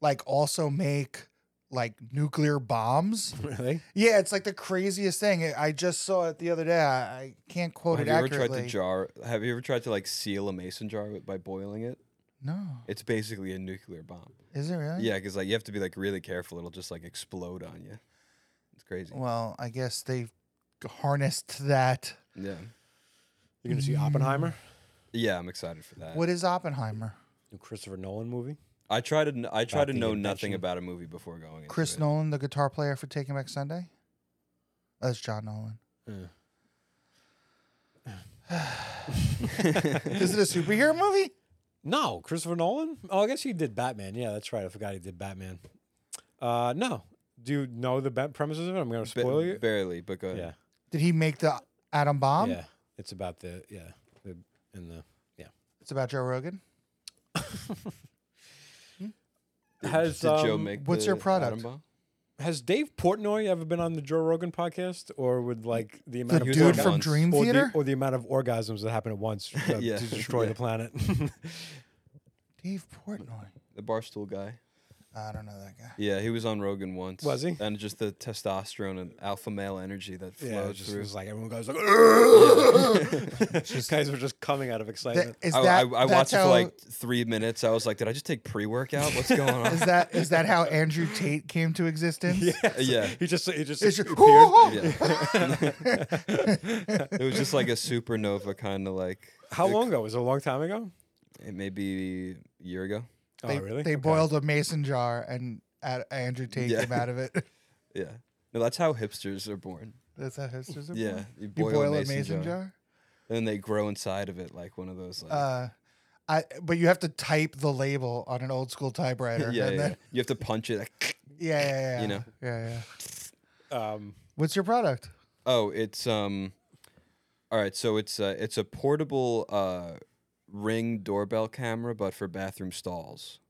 like also make like nuclear bombs.
Really?
Yeah, it's like the craziest thing. I- I just saw it the other day. I, I can't quote
have
it
you ever
accurately.
tried to jar? Have you ever tried to like seal a mason jar with- by boiling it?
no,
It's basically a nuclear bomb.
is it really?
Yeah, because like you have to be like really careful. It'll just like explode on you. It's crazy.
Well, I guess they harnessed that.
Yeah.
You're gonna see Oppenheimer,
Yeah, I'm excited for that.
What is Oppenheimer?
new Christopher Nolan movie.
I try to kn- I try
About
to
the
know
invention.
nothing about a movie before going. Into
Chris
it.
Nolan, the guitar player for Taking Back Sunday. That's John Nolan. Is it a superhero movie?
No, Christopher Nolan. Oh, I guess he did Batman. Yeah, that's right. I forgot he did Batman. Uh, no. Do you know the ba- premises of it? I'm gonna
Ba-
spoil you.
barely, but go ahead.
Yeah,
Did he make the atom bomb?
yeah. It's about the yeah, the, and the
It's about Joe Rogan.
Did-
Has,
did Joe
um,
make
what's your
the
product?
atom bomb?
has Dave Portnoy ever been on the Joe Rogan podcast, or would like the
The
amount of
was
dude
on
from
once.
Dream
or
Theater.
the, or the amount of orgasms that happen at once uh,
Yeah,
to destroy
yeah.
the planet?
Dave Portnoy.
The barstool guy.
I don't know that guy.
Yeah, he was on Rogan once.
Was he?
And just the testosterone and alpha male energy that flows
yeah, it just
through.
was like everyone goes like. guys were just coming out of
That,
excitement.
is
I,
that
I, I
that's
watched it
how-
for like three minutes. I was like, did I just take pre workout? What's going on?
Is that is that how Andrew Tate came to existence?
yeah,
yeah.
he just he just
It's just,
appeared.
It was just like a supernova kind of like.
How long ago? Was it a long time ago?
It may be a year ago.
they,
oh, really?
They
Okay.
boiled a mason jar and at, Andrew Tate
Yeah.
came out of it.
Yeah. No, that's how hipsters are born.
That's how hipsters are.
Yeah.
born?
You
You
boil,
boil, a mason, jar.
And then they grow inside of it like one of those. Like,
Uh, I but you have to type the label on an old school typewriter.
yeah, yeah,
and
yeah.
Then,
You have to punch it. Like,
yeah, yeah, yeah.
You know.
Yeah, yeah.
Um,
What's your product?
Oh, it's um. All right, so it's uh, it's a portable uh, ring doorbell camera, but for bathroom stalls.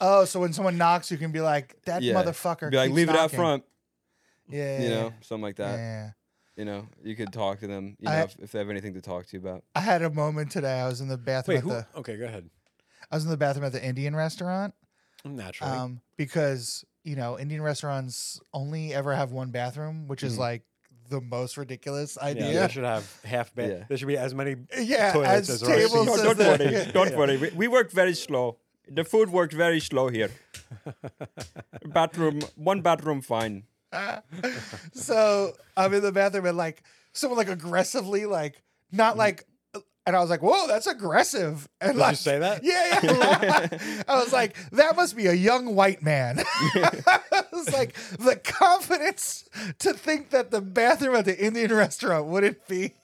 Oh, so when someone knocks, you can be like, "That
Yeah.
motherfucker."
Be like,
keeps
leave it out
knocking."
front,
Yeah,
you
yeah,
know, something like
yeah,
that.
yeah.
You know, you could talk to them, you know,
I-
if, if they have anything to talk to you about.
I had a moment today. I was in the bathroom
wait,
at
who?
the
Okay, go ahead.
I was in the bathroom at the Indian restaurant.
Naturally.
Um, because you know, Indian restaurants only ever have one bathroom, which is
Mhm.
like the most ridiculous
yeah,
idea.
they should have half bed.
Yeah.
There should be as many.
Yeah,
Toilets
as
as well.
tables.
No,
as
don't
there-
worry.
yeah.
Don't worry.
We, we work very slow. The food worked very slow here. bathroom, one bathroom, fine.
so I'm in the bathroom and like someone like aggressively like not like and I was like, whoa, that's aggressive. And
Mm-hmm. Did
like,
you say that?
Yeah, yeah. I was like, that must be a young white man. I was like, the confidence to think that the bathroom at the Indian restaurant wouldn't be.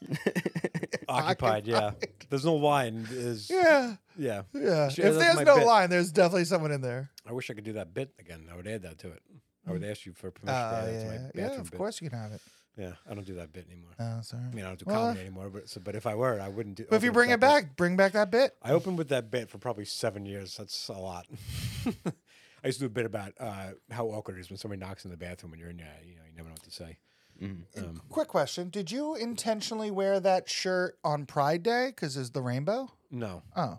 Occupied, yeah. There's no line. Is yeah.
Yeah, yeah.
Sure,
if
that's
there's
my
no
bit.
line, there's definitely someone in there.
I wish I could do that bit again. I would add that to it. I would ask you for
Oh
permission to add that to my
yeah,
bathroom
yeah. Of
bit.
course you can have it.
Yeah, I don't do that bit anymore.
Oh, sorry.
I mean, I don't do
Well,
comedy anymore. But so, but if I were, I wouldn't do.
But if you
open with
bring it
that bit.
back, bring back that bit.
I opened with that bit for probably seven years. That's a lot. I used to do a bit about uh, how awkward it is when somebody knocks in the bathroom when you're in there. You know, you never know what to say. Um,
Quick question: Did you intentionally wear that shirt on Pride Day because it's the rainbow?
no,
Oh,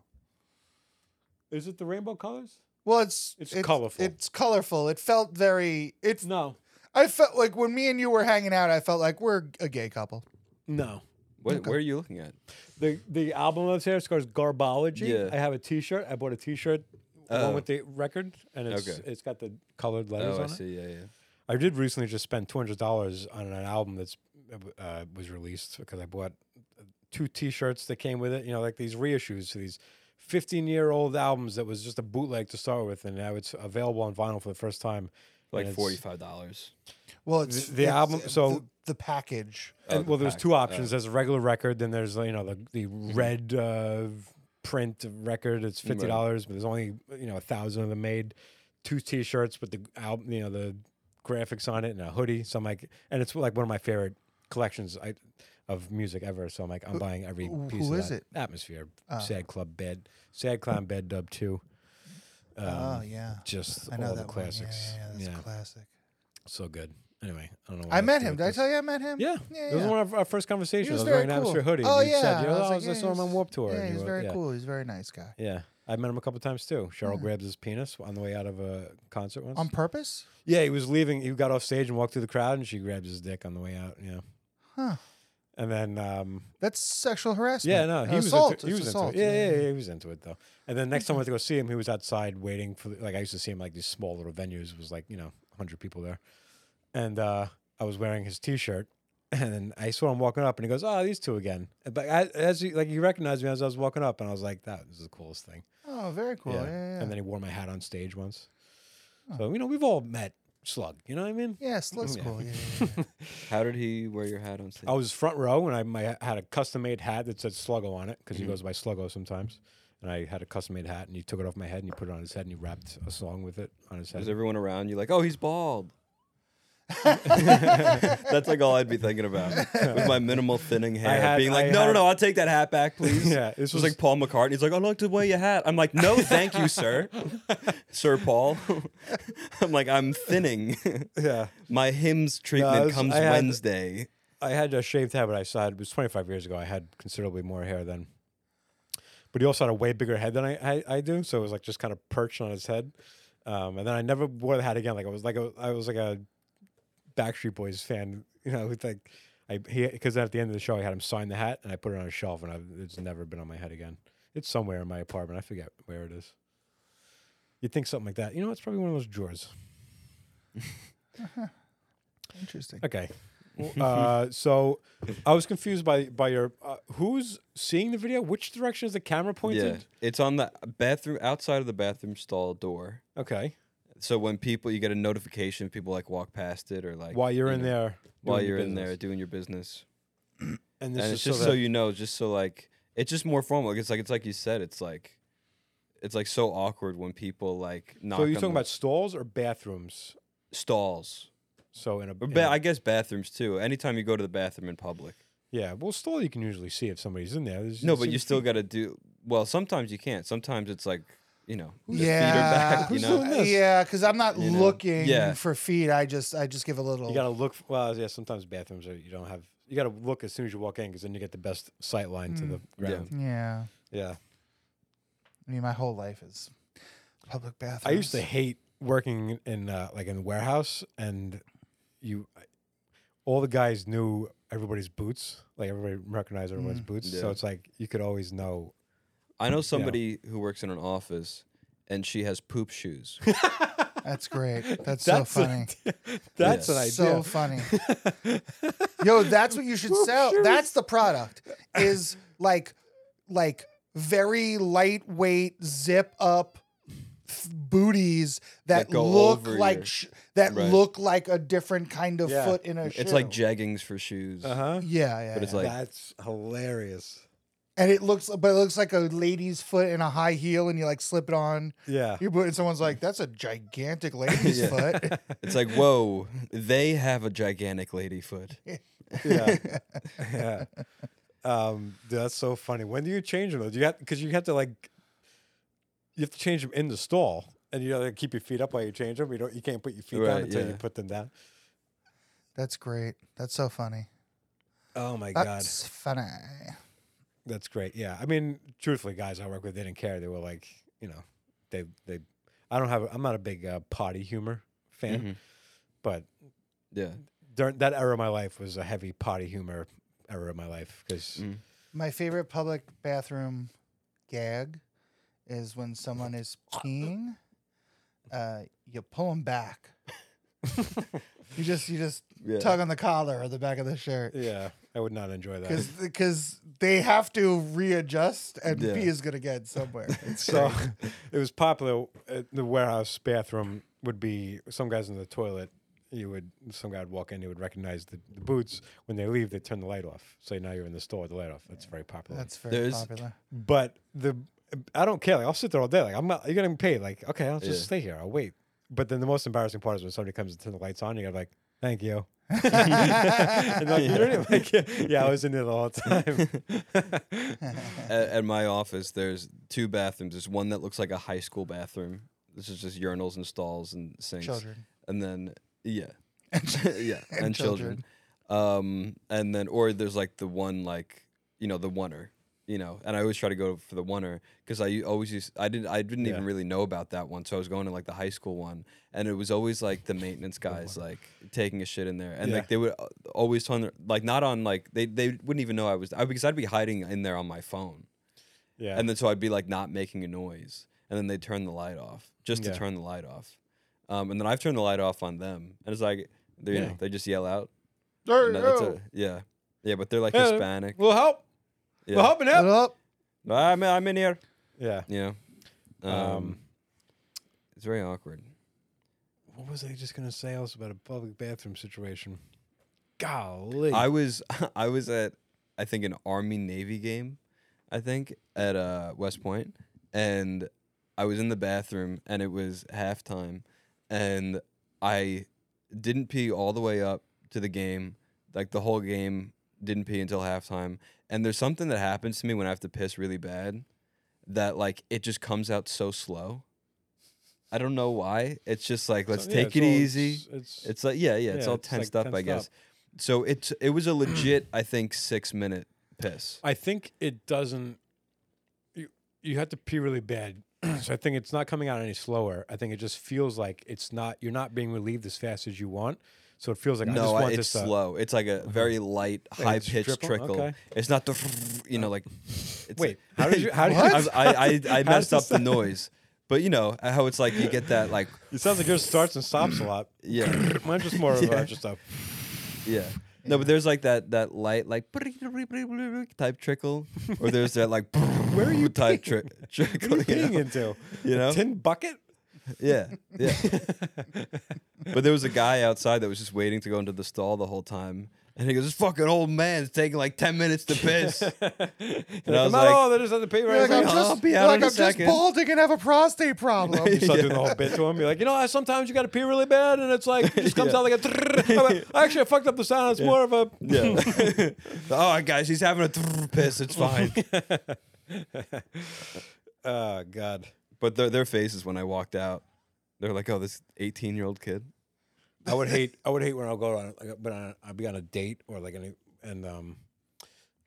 is it the rainbow colors?
well, it's
It's colorful.
It's colorful. It felt very. It's.
No,
I felt like when me and you were hanging out, I felt like we're a gay couple.
no.
What, Where are you looking at?
The the album upstairs called Garbology.
Yeah.
I have a T-shirt. I bought a T-shirt. the
Oh.
One with the record, and it's
Okay.
it's got the colored letters
Oh, I
on it.
see. Yeah, yeah.
I did recently just spend two hundred dollars on an album that's uh, was released because I bought uh, two T-shirts that came with it. You know, like these reissues to these fifteen-year-old albums that was just a bootleg to start with, and now it's available on vinyl for the first time.
Like
And it's-
forty-five dollars.
Well, it's
The- the
it's-
album- so-
the, the package.
Oh,
and,
the
well, there's
pack.
two
Oh.
options. There's a regular record, then there's you know the the
Mm-hmm.
red uh, print record. It's
Right.
fifty dollars, but there's only you know a thousand of them made. Two T-shirts with the album, you know the graphics on it, and a hoodie. So I'm like, and it's like one of my favorite collections I, of music ever. So I'm like, I'm buying every
who-
piece.
who
of
is
that.
it? Ah.
Atmosphere,
Uh,
Sad Club Bed, Sad Clown Bed Dub Two. Um,
oh yeah,
just
I know
all
that
the classics.
One. Yeah, yeah, yeah, that's a classic.
so good. Anyway, I don't know. why
I
was
met
doing
him. Did I
this.
tell you I met him?
Yeah.
yeah.
it was
yeah.
one of our first conversations.
He
I
was
was wearing
very cool.
Atmosphere hoodie.
Oh
you
yeah,
said, you know, I was
like,
I saw him
he's-
on Warp Tour.
Yeah,
and you
he's
were-
very
yeah.
cool. He's a very nice guy.
Yeah, I met him a couple times too. Cheryl grabbed his penis on the way out of a concert once.
On purpose?
yeah, he was leaving. He got off stage and walked through the crowd, and she grabbed his dick on the way out. Yeah,
Huh.
and then um,
That's sexual harassment.
yeah, no, he was
assault.
into, he
Uh, It's
was
assault.
into it. Yeah, yeah, yeah, he was into it though. And then next time I went to go see him, he was outside waiting for like I used to see him like these small little venues. It was like you know hundred people there, and uh, I was wearing his T-shirt. And then I saw him walking up, and he goes, "Oh, these two again." But I, as he, like he recognized me as I was walking up, and I was like, "That is the coolest thing."
Oh, very cool. Yeah, yeah, yeah.
And then he wore my hat on stage once. So you know, we've all met Slug. You know what I mean?
yes, looks
Yeah.
cool. Yeah, yeah, yeah.
How did he wear your hat on stage?
I was front row, and I my, had a custom made hat that said Sluggo on it because he goes by Sluggo sometimes. And I had a custom made hat, and he took it off my head, and he put it on his head, and he rapped a song with it on his
Was
head.
everyone around you like, oh, he's bald? That's like all I'd be thinking about with my minimal thinning hair.
had-
being like,
I
no,
had-
no, no, I'll take that hat back, please.
Yeah, this
This was
was-
like Paul McCartney. He's like, I like to wear your hat. I'm like, no, thank you, sir. sir Paul. I'm like, I'm thinning.
Yeah,
my hymns treatment
was-
comes
I had-
Wednesday.
I had a shaved head, but I saw it was 25 years ago. I had considerably more hair then. But he also had a way bigger head than I, I, I do, so it was like just kind of perched on his head. Um, and then I never wore the hat again. Like I was like a, I was like a Backstreet Boys fan, you know, with like I he because at the end of the show I had him sign the hat and I put it on a shelf and I've, it's never been on my head again. It's somewhere in my apartment. I forget where it is. You'd think something like that. You know, it's probably one of those drawers.
Interesting.
Okay. uh, so I was confused by by your uh, who's seeing the video? Which direction is the camera
Yeah.
pointed?
It's on the bathroom, outside of the bathroom stall door.
Okay.
So when people, you get a notification, people like walk past it or like.
While you're
you
in
know,
there,
While
doing
you're
your
in there
business.
doing your business.
and this
and
is
it's just so,
that-
you know, just so like it's just more formal. It's like it's like you said, it's like it's like so awkward when people like knock.
So are you
on
talking
the
about stalls or bathrooms?
stalls?
So in a,
Or
in
ba-
a-
I guess bathrooms too. Anytime you go to the bathroom in public,
yeah, well, stall you can usually see if somebody's in there. There's-
no,
it's
but
in
you still
feet.
got to do. Well, sometimes you can't. Sometimes it's like you know, the
Yeah.
feet are back. You
Who's
know,
doing this?
Yeah, because I'm not
You know?
looking
Yeah.
for feet. I just, I just give a little.
you got to look. f- Well, yeah, sometimes bathrooms are you don't have. You got to look as soon as you walk in because then you get the best sight line to the
Yeah.
ground.
yeah,
Yeah.
I mean, my whole life is public
I
bathrooms.
used to hate working in uh, like in the warehouse, and you, all the guys knew everybody's boots. Like everybody recognized everyone's boots, so
Yeah.
it's like you could always know.
I know somebody who works in an office, and she has poop shoes.
That's great. That's, so
an
funny.
idea. That's
Yeah.
an idea.
So funny. Yo, that's what you should sell.
sure.
That's the product. Is like like very lightweight zip up th- booties that,
That go
look
over
like
your-
sh- that
Right.
look like a different kind of
Yeah.
foot in a shoe.
It's like jeggings for shoes.
uh huh.
yeah, yeah.
But it's
yeah.
like-
That's hilarious.
and it looks but it looks like a lady's foot in a high heel and you like slip it on
Yeah.
your boot and someone's like that's a gigantic lady's
Yeah.
foot.
It's like, whoa, they have a gigantic lady foot.
yeah. yeah. Um, dude, that's so funny. When do you change them though? Do you have because you have to like you have to change them in the stall, and you have to keep your feet up while you change them. You don't. You can't put your feet down
Right,
until you
yeah.
put them down.
That's great. That's so funny.
Oh my god,
That's funny.
that's great. Yeah, I mean, truthfully, guys I work with they didn't care. They were like, you know, they they. I don't have. a- I'm not a big uh, potty humor fan,
Mhm.
but
Yeah.
during that era of my life was a heavy potty humor era of my life because
Mm.
My favorite public bathroom gag is when someone is peeing, uh, you pull them back. you just you just
Yeah.
tug on the collar or the back of the shirt
yeah, I would not enjoy that.
because because they have to readjust and
Yeah.
pee is gonna get somewhere.
So it was popular. uh the warehouse bathroom would be some guys in the toilet. You would some guy would walk in. He would recognize the, the boots. When they leave, they turn the light off. So now you're in the store with the light off. That's very popular.
That's very
There's-
popular.
but the I don't care. Like I'll sit there all day. Like I'm not. You're getting paid. Like okay, I'll just
Yeah.
stay here. I'll wait. But then the most embarrassing part is when somebody comes and turn the lights on. You're like, thank you. And like, you don't even- like, yeah, I was in there the whole time.
at, at my office, there's two bathrooms. There's one that looks like a high school bathroom. This is just urinals and stalls and sinks.
Children.
And then yeah, yeah, and, children.
children.
Um, and then or there's like the one like you know the oneer. You know, and I always try to go for the oneer because I u- always used I didn't I didn't even
Yeah.
really know about that one, so I was going to like the high school one, and it was always like the maintenance guys like taking a shit in there, and
Yeah.
like they would uh, always on their, like not on like they they wouldn't even know I was I because I'd be hiding in there on my phone,
yeah,
and then so I'd be like not making a noise, and then they turn the light off just to
Yeah.
turn the light off, um, and then I've turned the light off on them, and it's like they you
Yeah.
know, they just yell out.
There
and that- that's a- yeah, yeah, but they're like
Hey.
Hispanic.
we'll help.
Yeah. "Ah,
We'll help it up.
I'm I'm in here.
Yeah.
Yeah, um,
Um,
it's very awkward.
what was I just gonna say else about a public bathroom situation? Golly.
I was I was at I think an Army Navy game, I think at uh, West Point, and I was in the bathroom and it was halftime, and I didn't pee all the way up to the game, like the whole game didn't pee until halftime. And there's something that happens to me when I have to piss really bad, that like it just comes out so slow. I don't know why. It's just like
So,
let's
yeah,
take
it's
it
all-
easy.
It's, it's
It's like yeah, yeah, it's
Yeah,
all
it's, like,
tensed up, I
tensed
guess.
up.
So it's it was a legit, I think, six minute piss.
I think it doesn't you you have to pee really bad. so I think it's not coming out any slower. I think it just feels like it's not you're not being relieved as fast as you want. So it feels like I just
no, I-
want
it's
this to-
slow. It's like a very light,
Yeah,
high
it's
pitched
dribble,
trickle.
okay.
It's not the you know like. It's
Wait, how did you- how did you-
I was- I I, I
How
messed
does
up the
that-
noise, but you know how it's like you get that like
It sounds like yours starts and stops a lot.
yeah
Mine's just more of a just a
yeah. No, but there's like that that light like type trickle, or there's that like where
are you
type tri-
peeing?
trickle.
what are you
you
peeing
know?
into?
You know?
A tin bucket?
Yeah, yeah. but there was a guy outside that was just waiting to go into the stall the whole time, and he goes, "This fucking old man's taking like ten minutes to piss."
Like,
I
I'm
was
not
like-
all, they just have to pee right
You're like,
away."
I'm
I'll
just,
be out
you're like,
in a
I'm just
second."
balding and have a prostate problem.
You start doing the whole bit to him. You're like, you know, sometimes you got to pee really bad, and it's like it just comes
Yeah.
out like a. I'm like, Actually, I fucked up the sound. It's more of a.
yeah. All right, guys, he's having a piss. It's fine.
Oh God.
but their their faces when I walked out, they're like, "Oh, this eighteen year old kid."
I would hate. I would hate when I'll go on, like, but on, I'd be on a date or like, any, and um,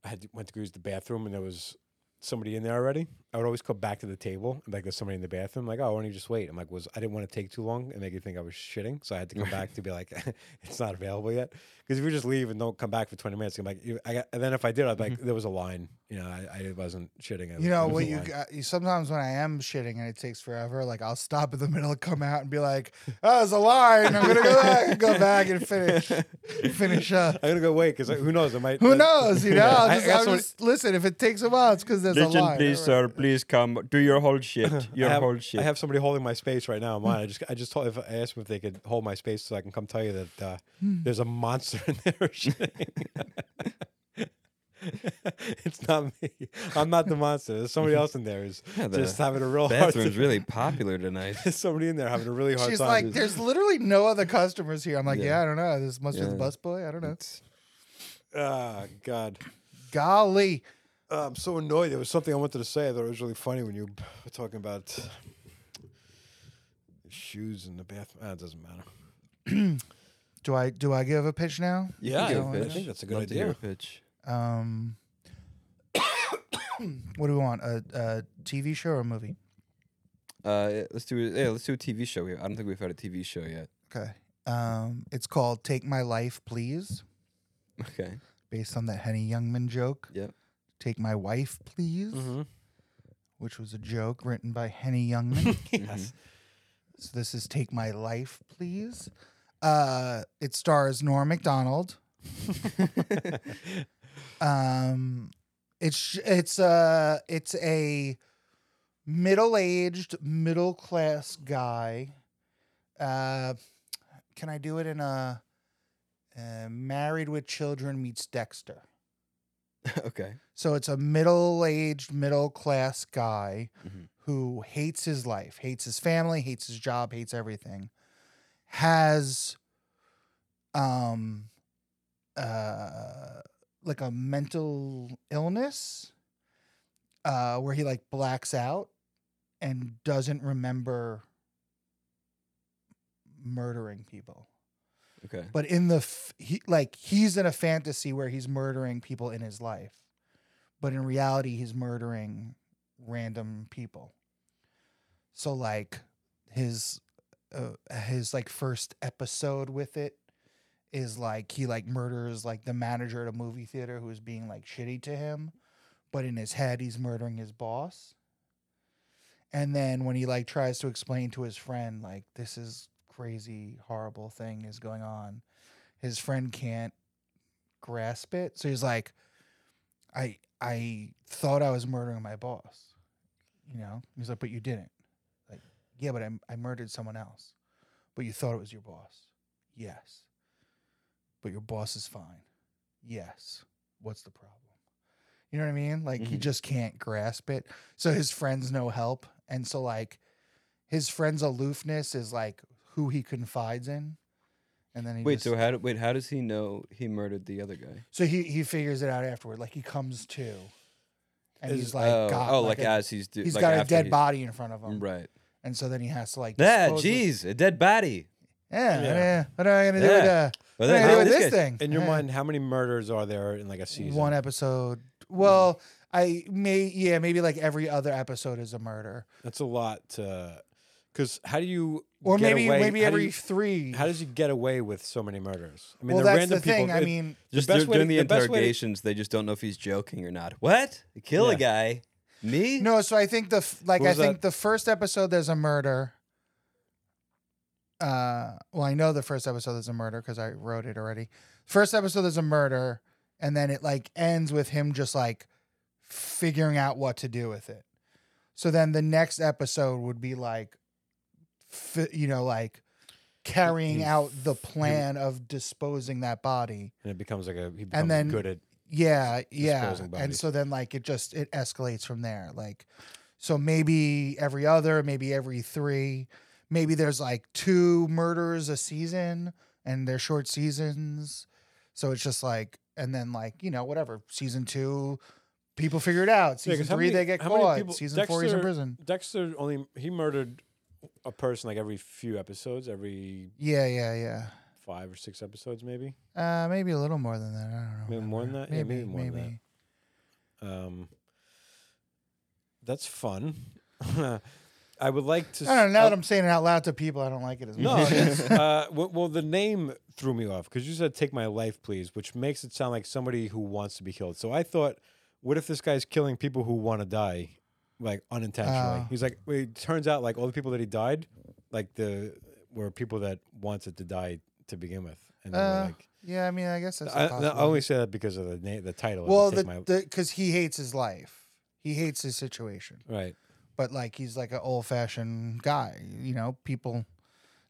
I had to, went to use the bathroom, and there was somebody in there already, I would always come back to the table and like there's somebody in the bathroom. Like, oh, why don't you just wait? I'm like, was I didn't want to take too long and make you think I was shitting, so I had to come back to be like, it's not available yet. Because if you just leave and don't come back for 20 minutes, I'm like, you- I got, and then if I did, I'd be like, there was a line. You know, I, I wasn't shitting. I-
You
there
know
was
what
a
you
line.
got, you- sometimes when I am shitting and it takes forever, like I'll stop in the middle, come out and be like, "Oh, there's a line. I'm gonna go back and go back and finish finish up."
I'm gonna go wait because who knows? It might.
Who
that-
knows? You know,
Yeah.
I'll
I- I
just,
got
I'll
someone-
just- listen. If it takes a while, it's because there's a line.
Please come. Do your whole shit.
I have, I have somebody holding my space right now. on Mine. I just I just told if I asked them if they could hold my space so I can come tell you that uh,
Hmm.
there's a monster in there. or something. it's not me. I'm not the monster. There's somebody else in there who's
Yeah, the
just having a real hard time.
Bathroom's really popular tonight.
There's somebody in there having a really hard
She's
time.
like, "There's literally no other customers here." I'm like, "Yeah,
Yeah.
I don't know. This must be
Yeah.
the busboy. I don't know."
It's-
oh god.
Golly,
Uh, I'm so annoyed. There was something I wanted to say. I thought it was really funny when you were talking about shoes in the bathroom. Ah, it doesn't matter.
do I do I give a pitch now?
Yeah,
Give
I
a
think
pitch.
that's a good
Love to hear
idea.
a pitch.
Um, what do we want? A, a TV show or a movie?
Uh, yeah, let's do. Yeah, let's do a TV show. We- I don't think we've had a TV show yet.
Okay. Um, it's called "Take My Life, Please,"
Okay.
based on that Henny Youngman joke.
Yep.
"Take My Wife, Please,"
Mhm.
which was a joke written by Henny Youngman.
yes.
so this is "Take My Life, Please." Uh, it stars Norm Macdonald. Um, it's it's a it's a middle-aged, middle-class guy. Uh, can I do it in a uh, Married with Children meets Dexter?
okay.
So it's a middle-aged, middle-class guy
Mhm.
who hates his life, hates his family, hates his job, hates everything. Has um uh like a mental illness uh where he like blacks out and doesn't remember murdering people.
Okay.
But in the f- he, like he's in a fantasy where he's murdering people in his life, but in reality he's murdering random people. So like his uh, his like first episode with it is like he like murders like the manager at a movie theater who is being like shitty to him, but in his head he's murdering his boss. And then when he like tries to explain to his friend like this is crazy horrible thing is going on, his friend can't grasp it. So he's like I I thought I was murdering my boss. You know? He's like but you didn't. Like yeah, but I I murdered someone else. But you thought it was your boss. Yes. But your boss is fine. Yes. What's the problem? You know what I mean? Like he
Mhm.
just can't grasp it. So his friend's no help. And so like his friend's aloofness is like who he confides in. And then he
Wait.
just,
So how? Do, wait. How does he know he murdered the other guy?
so he he figures it out afterward. Like he comes to and
Is-
he's like
oh,
got
oh,
like,
like,
a,
as he's doing.
he's
like
got a
after
dead
he's-
body in front of him.
Right.
And so then he has to like
Yeah.
dispose of-
Jeez, a dead body.
Yeah,
Yeah.
yeah. What am I gonna do
Yeah.
with uh
Well,
what am I
that-
gonna do with
this
this
guy-
thing?
In your
Yeah.
mind, how many murders are there in like a season?
One episode. Well, I may yeah, maybe like every other episode is a murder.
That's a lot. Because how do you
Or
get
maybe
away-
maybe
how do
every
you-
three.
how does he get away with so many murders? I
well
they're
that's the thing. I
it-
mean
Just
best
dur-
way to-
during the,
the best way to-
interrogations, they just don't know if he's joking or not. What? Kill a
Yeah.
guy? Me?
No, so I think the f- like
What
I
was
think the first episode there's a murder. Uh, well, I know the first episode there's a murder because I wrote it already. First episode there's a murder, and then it like ends with him just like figuring out what to do with it. So then the next episode would be like, fi- you know, like carrying
he-
out the plan of disposing that body.
and it becomes like a he becomes
then-
good at
Yeah, yeah.
disposing
And
bodies.
so then like it just it escalates from there. Like so maybe every other, maybe every three, maybe there's like two murders a season and they're short seasons. So it's just like and then like, you know, whatever. Season 2 people figure it out.
'cause
Season
how
3
many-
they get
how many
caught.
people-
season 4 he's in
Dexter-
prison.
Dexter. Only he murdered a person like every few episodes, every
Yeah, yeah,
five or six episodes, maybe.
yeah. Uh maybe a little more than that. I don't know.
Maybe more than that? Yeah,
Maybe
maybe more than that.
maybe.
Um, That's fun. I would like to.
I don't know. Now
s-
that I'm saying it out loud to people, I don't like it as
No,
much.
it's, uh, well, well, the name threw me off because you said "take my life, please," which makes it sound like somebody who wants to be killed. So I thought, what if this guy's killing people who want to die, like unintentionally?
Oh.
He's like, well, it turns out like all the people that he died, like the were people that wanted to die to begin with, and they were
Uh,
like,
yeah, I mean, I guess that's. a
I, I
possibility.
only say that because of the name, the title. of
well,
Take
the
My-
because he hates his life, he hates his situation,
right.
but like he's like an old fashioned guy. You know, people.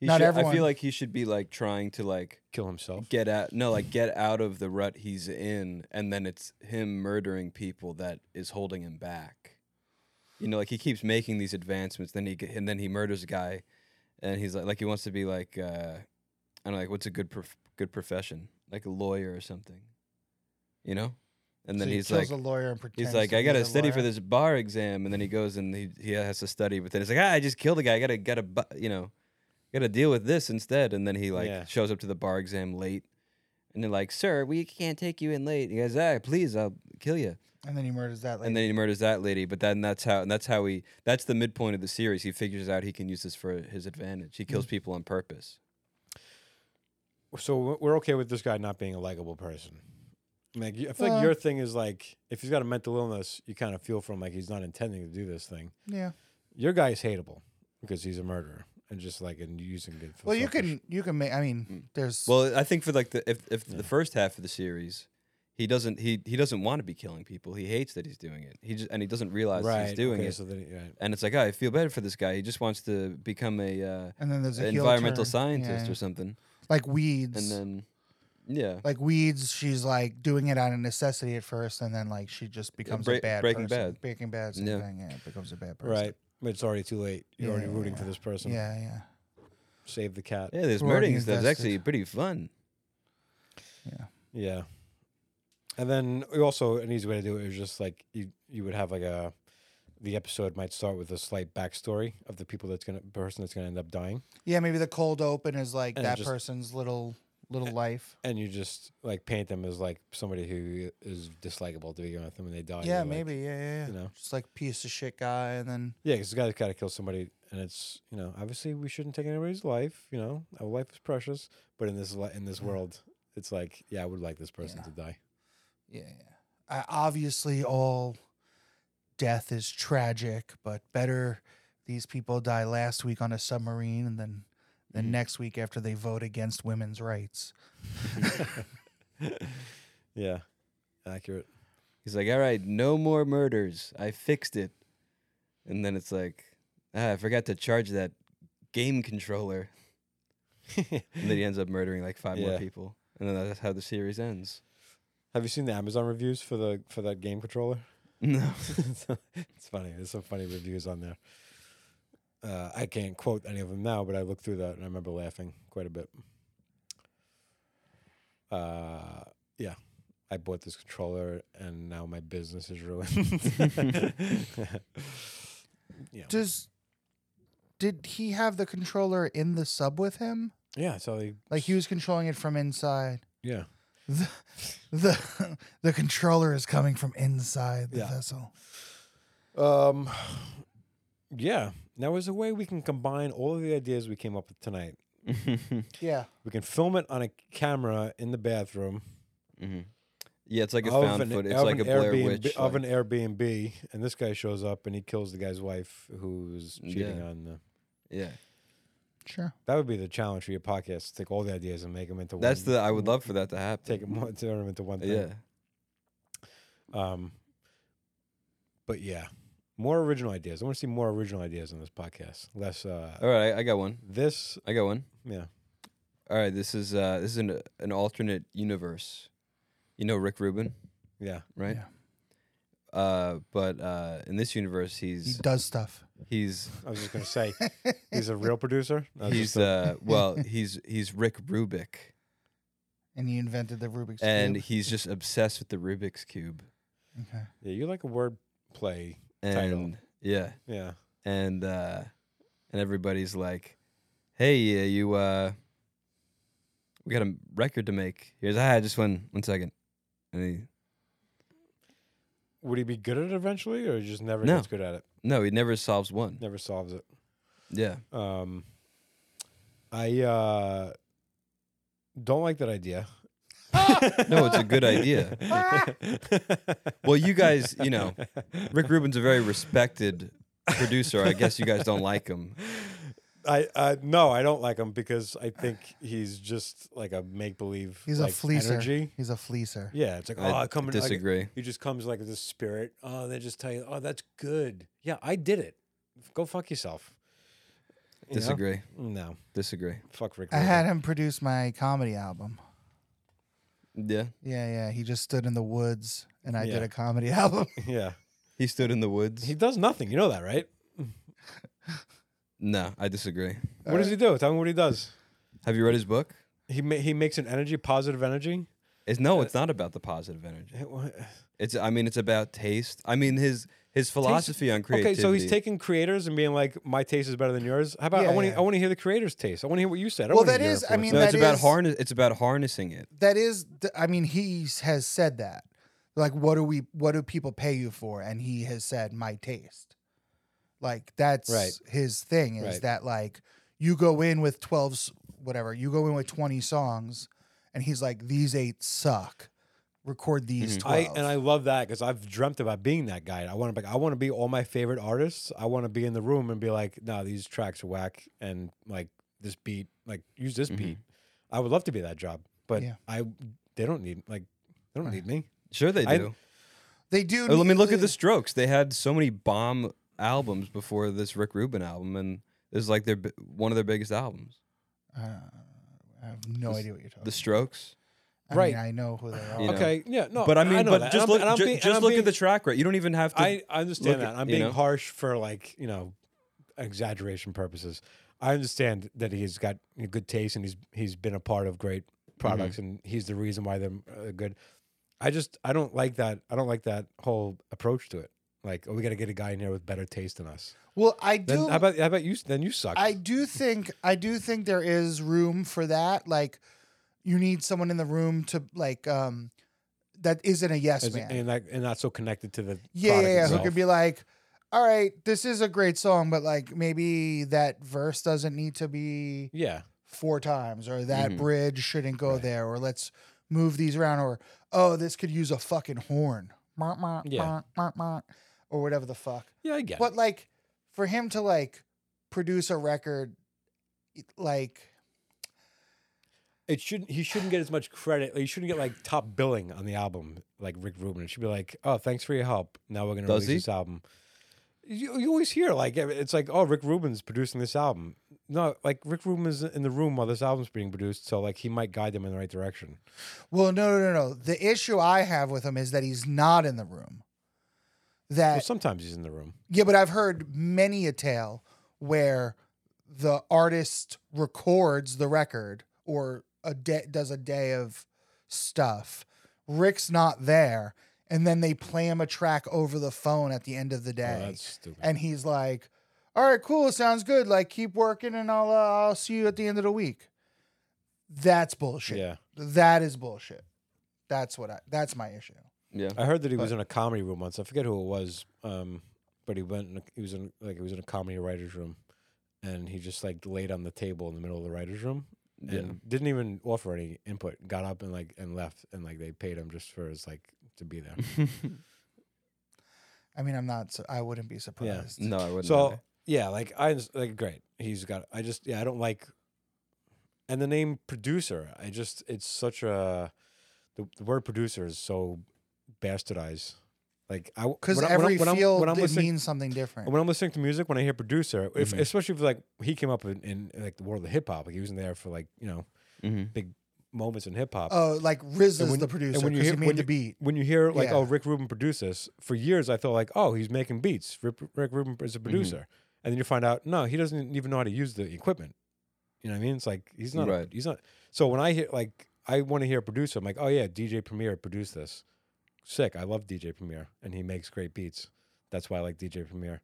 He
Not
should- I
everyone.
feel like he should be like trying to like
kill himself.
get out no like get out of the rut he's in and then it's him murdering people that is holding him back you know like he keeps making these advancements then he g- and then he murders a guy and he's like like he wants to be like uh i don't know like what's a good prof- good profession like a lawyer or something you know and
so
then
he
he's like
kills a lawyer and
He's
pretends
like,
to
I
be
gotta
the
study for
lawyer."
this bar exam, and then he goes and he, he has to study, but then it's like, ah, I just killed a guy. I gotta gotta bu- you know, gotta deal with this instead. And then he like
Yeah.
shows up to the bar exam late, and they're like, Sir, we can't take you in late. He goes, Ah, please, I'll kill you.
and then he murders that. Lady.
And then he murders that lady. But then that's how and that's how he that's the midpoint of the series. He figures out he can use this for his advantage. He kills people on purpose.
so we're- we're okay with this guy not being a likable person. Like you- I feel like
Well-
your thing is like if he's got a mental illness, you kind of feel from like he's not intending to do this thing.
yeah.
Your guy is hateable because he's a murderer and just like and using it. For
Well, you
selfish-
can you can make. I mean, there's
Mm. Well, I think for like the if, if
Yeah.
the first half of the series, he doesn't he he doesn't want to be killing people. He hates that he's doing it. He just and he doesn't realize that
right
he's doing
okay,
it.
So then, right.
and it's like, oh, I feel bad for this guy. He just wants to become a, uh,
and then there's a heel
environmental
turn.
scientist
Yeah.
or something.
like weeds.
And then, yeah,
like weeds, she's like doing it out of necessity at first, and then like she just becomes a
Break-
bad
Breaking
person.
Bad.
Breaking Bad, same
Yeah.
thing. Yeah, becomes a bad person.
right, but it's already too late. You're already
Yeah,
rooting for
yeah,
this person.
Yeah, yeah.
Save the cat.
yeah. There's
We're already
murdering and stuff. It's
invested.
actually pretty fun.
Yeah. And then we also an easy way to do it is just like you you would have like a the episode might start with a slight backstory of the people that's gonna person that's gonna end up dying.
Yeah, maybe the cold open is like
And it
that
just-
person's little little life.
and you just like paint them as like somebody who is dislikable to begin with, and when they die,
yeah,
you're like-
maybe. yeah, yeah, yeah.
you know.
Just like piece of shit guy, and then
yeah, because this guy's got to kill somebody, and it's you know obviously we shouldn't take anybody's life, you know, our life is precious, but in this li- in this world, it's like yeah, I would like this person
Yeah.
to die.
yeah, yeah. Uh, obviously all death is tragic, but better these people die last week on a submarine, and then then
Mm-hmm.
next week after they vote against women's rights.
yeah, accurate.
He's like, all right, no more murders. I fixed it. And then it's like, ah, I forgot to charge that game controller. And then he ends up murdering like five
Yeah.
more people. And then that's how the series ends.
Have you seen the Amazon reviews for the for that game controller?
No.
it's funny. There's some funny reviews on there. Uh, I can't quote any of them now, but I looked through that and I remember laughing quite a bit. Uh, yeah, I bought this controller and now my business is ruined. yeah,
Does did he have the controller in the sub with him?
yeah. So they,
Like he was controlling it from inside.
yeah,
The the, the controller is coming from inside the
Yeah.
vessel.
um, yeah. Now is a way we can combine all of the ideas we came up with tonight.
Mm-hmm.
Yeah.
We can film it on a camera in the bathroom.
Mhm. Yeah, it's like a
of
found
an-
footage.
of
It's like a
an
Blair
Airbnb,
Witch.
of
like-
an Airbnb, and this guy shows up and he kills the guy's wife who's cheating
Yeah.
on the.
yeah.
Sure.
That would be the challenge for your podcast: take all the ideas and make them into
That's
one.
the, I would love for that to happen.
take them one- turn 'em into one thing.
Yeah.
Um. But yeah, more original ideas. I want to see more original ideas on this podcast. Less. Uh,
All right, I I got one.
This.
I got one.
Yeah.
All right, this is uh, this is an, an alternate universe. You know Rick Rubin,
Yeah.
right? Uh, but uh, in this universe,
He
he's
does stuff.
he's
I was just gonna say he's a real producer. I was just
he's uh, well, he's he's Rick Rubik,
And he invented the Rubik's
and
cube.
he's just obsessed with the Rubik's cube.
Okay.
yeah, you like a word play.
And
Title.
yeah,
Yeah.
and uh, and everybody's like, "Hey, uh, you, uh, we got a record to make." Here's ah, just one one second, and he
Would he be good at it eventually, or he just never
No.
gets good at it?
No, he never solves one.
Never solves it.
Yeah.
Um, I uh, don't like that idea.
No, it's a good idea. Well, you guys, you know, Rick Rubin's a very respected producer. I guess you guys don't like him.
I uh, no, I don't like him because I think he's just like a make believe.
He's
like,
a fleecer.
Energy.
He's a fleecer.
Yeah, it's like oh,
I
I come in- like,
disagree.
He just comes like this spirit. Oh, they just tell you, oh, that's good. Yeah, I did it. Go fuck yourself. You know?
disagree.
No,
Disagree.
fuck Rick.
I
Rubin.
had him produce my comedy album.
Yeah.
Yeah, yeah. He just stood in the woods and I did
Yeah.
a comedy album.
Yeah,
He stood in the woods.
he does nothing. You know that, right?
no, I disagree.
What does he do? Tell me what he does.
Have you read his book?
He ma- he makes an energy, positive energy.
It's no, it's not about the positive energy. It's I mean, it's about taste. I mean, his his philosophy on creativity.
Okay, so he's taking creators and being like, my taste is better than yours. How about
Yeah,
I want to
yeah.
I want to hear the creator's taste. I want to hear what you said. I don't
Well,
wanna
that
hear
is-
it
I
from
mean,
No, it's
that
about
is-
harness. It's about harnessing it.
that is th- i mean he has said that like what do we what do people pay you for and he has said my taste like that's
Right.
his thing is
Right.
that like you go in with 12 s- whatever you go in with 20 songs and he's like these eight suck record these
Mhm.
12
Mm-hmm. I and I love that because I've dreamt about being that guy. I want to be. I want to be all my favorite artists. I want to be in the room and be like, "No, these tracks are whack," and like this beat, like use this
Mhm.
beat. I would love to be that job, but
Mm-hmm. Yeah.
I they don't need like they don't
Right.
need me.
Sure, they
I-
do.
they do
I, mean,
need-
look at the Strokes. They had so many bomb albums before this Rick Rubin album, and this is like their bi- one of their biggest albums.
uh, i have no
The-
idea what you're talking
The Strokes.
about
right.
i mean i know who they are
You know.
Okay, yeah, no,
but I mean,
Oh, know
but
that.
just
And I'm-
look,
and I'm
ju-
being- and
just
I'm
look
being-
at the track record. You don't even have to.
I, I
look
understand
at-
that. I'm
you
being
know?
harsh for like you know exaggeration purposes. I understand that he's got good taste and he's he's been a part of great products
Mm-hmm.
and he's the reason why they're uh, good. I just I don't like that. I don't like that whole approach to it. Like, oh, we got to get a guy in here with better taste than us.
well i do
Then how about how about you? Then you suck.
I do think I do think there is room for that. Like you need someone in the room to like um that isn't a yes
As-
man.
and like and not so connected to the
yeah,
product
yeah, yeah. Who
itself.
could be like, all right, this is a great song, but like maybe that verse doesn't need to be
yeah
four times, or that
Mhm.
bridge shouldn't go
Mm-hmm. Right.
there, or let's move these around, or oh, this could use a fucking horn. Mah, mah,
Yeah.
mah, mah, mah, or whatever the fuck.
yeah I get it.
But like for him to like produce a record e, like
it shouldn't he shouldn't get as much credit. Like, he shouldn't get like top billing on the album like Rick Rubin. It should be like, oh, thanks for your help. Now we're gonna
Does
release
he?
this album. You, you always hear like it's like, oh, Rick Rubin's producing this album. No, like Rick Rubin is in the room while this album's being produced, so like he might guide them in the right direction.
Well, no, no, no, no. The issue I have with him is that he's not in the room.
Well,
That
sometimes he's in the room. Oh,
yeah, but I've heard many a tale where the artist records the record or a day does a day of stuff. Rick's not there, and then they play him a track over the phone at the end of the
Oh,
day
that's stupid.
and he's like, "All right, cool, sounds good. Like, keep working, and I'll uh, I'll see you at the end of the week." That's bullshit.
Yeah.
That is bullshit. That's what I. That's my issue.
yeah.
I heard that he was
But-
in a comedy room once. I forget who it was, um, but he went. In a, he was in like he was in a comedy writers room, and he just like laid on the table in the middle of the writers room and
Yeah.
didn't even offer any input. Got up and like and left, and like they paid him just for his like to be there.
I mean, I'm not. su- I wouldn't be surprised.
no, I wouldn't.
so
either.
yeah, like I just- like great. He's got. I just yeah, I don't like. And the name producer, I just it's such a the, the word producer is so bastardized. Like I
because
when I- when I-
every
when I'm-
field
when I'm
it
listening-
means Mm-hmm. something different.
When I'm listening to music, when I hear producer, if,
Mhm.
especially if like he came up in, in like the world of hip hop, like he was in there for like you know
Mhm.
moments in hip hop.
Oh, like Riz
And
is
when-
the
and
producer
when you
because he
hear-
made
when
the
you-
beat.
When you hear like
Yeah.
oh Rick Rubin produces, for years I thought like oh he's making beats. Rick, Rick Rubin is
Mm-hmm.
a producer, and then you find out no he doesn't even know how to use the equipment. You know what I mean? It's like he's not a-
Right.
he's not. So when I hear like I want to hear a producer, I'm like oh yeah DJ Premier produced this. Sick. I love DJ Premier and he makes great beats. That's why I like DJ Premier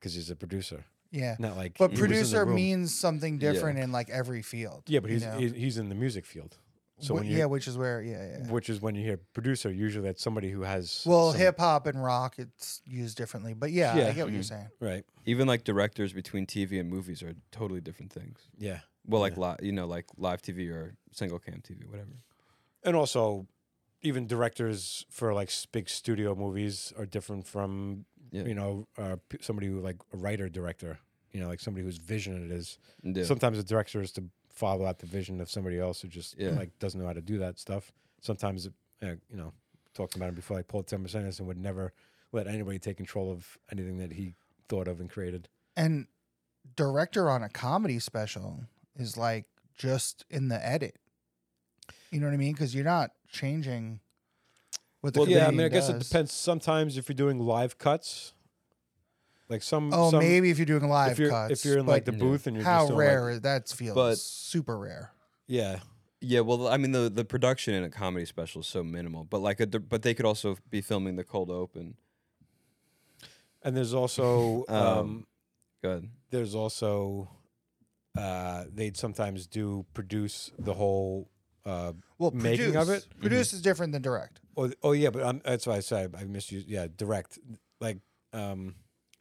because he's a producer,
Yeah,
not like
but
he was in the
producer
room.
means something
Yeah.
different in like every field.
Yeah, but
you
he's
know?
he- he's in the music field. So
Wh-
when you-
yeah, which is where yeah, yeah.
which is when you hear producer. Usually that's somebody who has
Well,
some-
hip hop and rock, it's used differently, but yeah, I
Yeah. mm-hmm.
get what you're
Mhm.
saying.
right?
Even like directors between TV and movies are totally different things.
Yeah,
Well, like li- you know, like live TV or single cam TV, whatever.
and also even directors for like s- big studio movies are different from
Yeah.
you know uh, p- somebody who like a writer director. You know, like somebody whose vision it is.
Yeah.
Sometimes the director is to follow out the vision of somebody else who just
Yeah.
like doesn't know how to do that stuff. Sometimes, it, uh, you know, talked about it before, like Paul Thomas Anderson would never let anybody take control of anything that he thought of and created.
And director on a comedy special is like just in the edit. You know what I mean? Because you're not changing what the
well, yeah, I
comedian
mean, I guess it
does.
depends. Sometimes if you're doing live cuts, like some,
Oh,
some,
maybe if you're doing live
if you're
cuts,
if you're in like the
but
Yeah.
booth and you're
how
just doing, like-
rare is that feels
But-
super rare.
yeah,
Yeah, well, I mean the the production in a comedy special is so minimal, but like a di- but they could also be filming the cold open.
and there's also um,
Um, Good.
there's also uh, they'd sometimes do produce the whole. Uh,
Well,
Making of
produce-
it? Mm-hmm.
produce is different than direct.
oh, oh yeah, but i that's why I said I misused. Yeah, direct like um,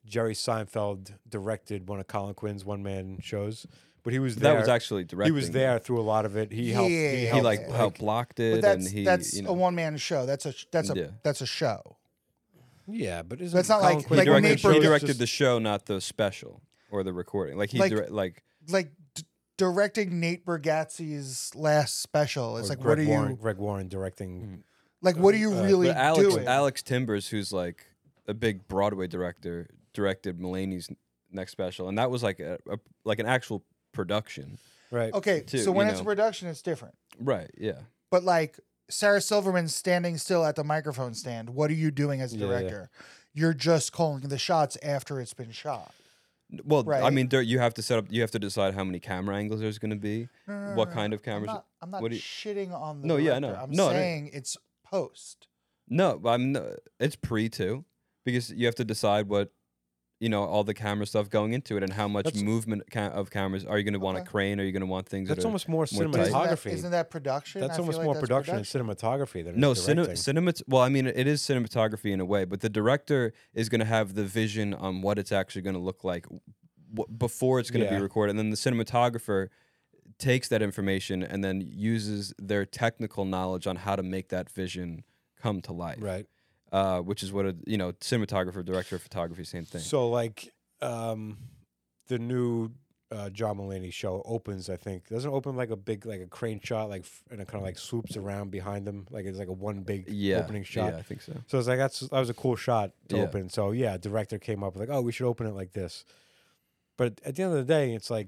Jerry Seinfeld directed one of Colin Quinn's one man shows, but he was there.
That was actually directing.
he was there through a lot of it. He helped.
Yeah,
He,
he,
He
helped,
like
Okay.
helped blocked it,
But that's
and he
that's
you
a
know,
one man show. That's a that's a
Yeah.
that's a show.
Yeah, but isn't
That's not
Colin
like-
he
Quinn
like when
directed,
they
he
produ-
directed the show, not the special or the recording. Like he
Like-
like, like
Like d- directing Nate Bergazzi's last special. It's
Or
like what are
Greg Warren,
you
Greg Warren
Mm.
directing?
like? What are you
Uh,
really
but Alex
doing?
Alex Timbers, who's like a big Broadway director, directed Mulaney's next special, and that was like a, a like an actual production.
Right.
okay,
too,
so when
you
it's a
know.
production, it's different.
Right. Yeah.
But like Sarah Silverman standing still at the microphone stand. What are you doing as a
Yeah, yeah.
director? You're just calling the shots after it's been shot.
Well, I
Right.
mean, there, you have to set up. You have to decide how many camera angles there's going to be,
No, no, no,
what
no,
kind of
I'm
cameras.
not, I'm not
what do you-
shitting on the
No, yeah, I
director.
know.
I'm
No, I know.
saying it's post.
No, I'm. No, it's pre too, because you have to decide what, you know, all the camera stuff going into it and how much
That's-
movement ca- of cameras. Are you going to want
Okay.
a crane? Are you going to want things?
That's
that are,
almost more
tight. Isn't
Isn't that-
cinematography.
isn't that production? I
that's
feel
almost
like
more
that's
production, and cinematography than
no
it's
cinema.
directing.
Cinemat- well, I mean, it is cinematography in a way, but the director is going to have the vision on what it's actually going to look like w- before it's going to
Yeah.
be recorded, and then the cinematographer takes that information and then uses their technical knowledge on how to make that vision come to life.
right?
uh, which is what a you know cinematographer, director of photography, same thing.
So like um, the new uh, John Mulaney show opens. I think doesn't it open like a big like a crane shot, like f- and it kind of like swoops around behind them, like it's like a one big
yeah,
opening shot.
Yeah, I think so.
So it's like that's that was a cool shot to
Yeah.
open. So yeah, director came up with like, oh, we should open it like this. But at the end of the day, it's like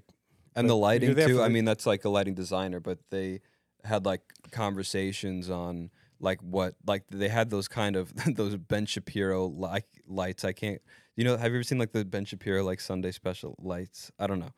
And
But
the
you're
lighting
there
too.
for
I
the-
mean, that's like a lighting designer, but they had like conversations on like what like they had those kind of those Ben Shapiro like lights. I can't. You know, have you ever seen like the Ben Shapiro like Sunday special lights? I don't know.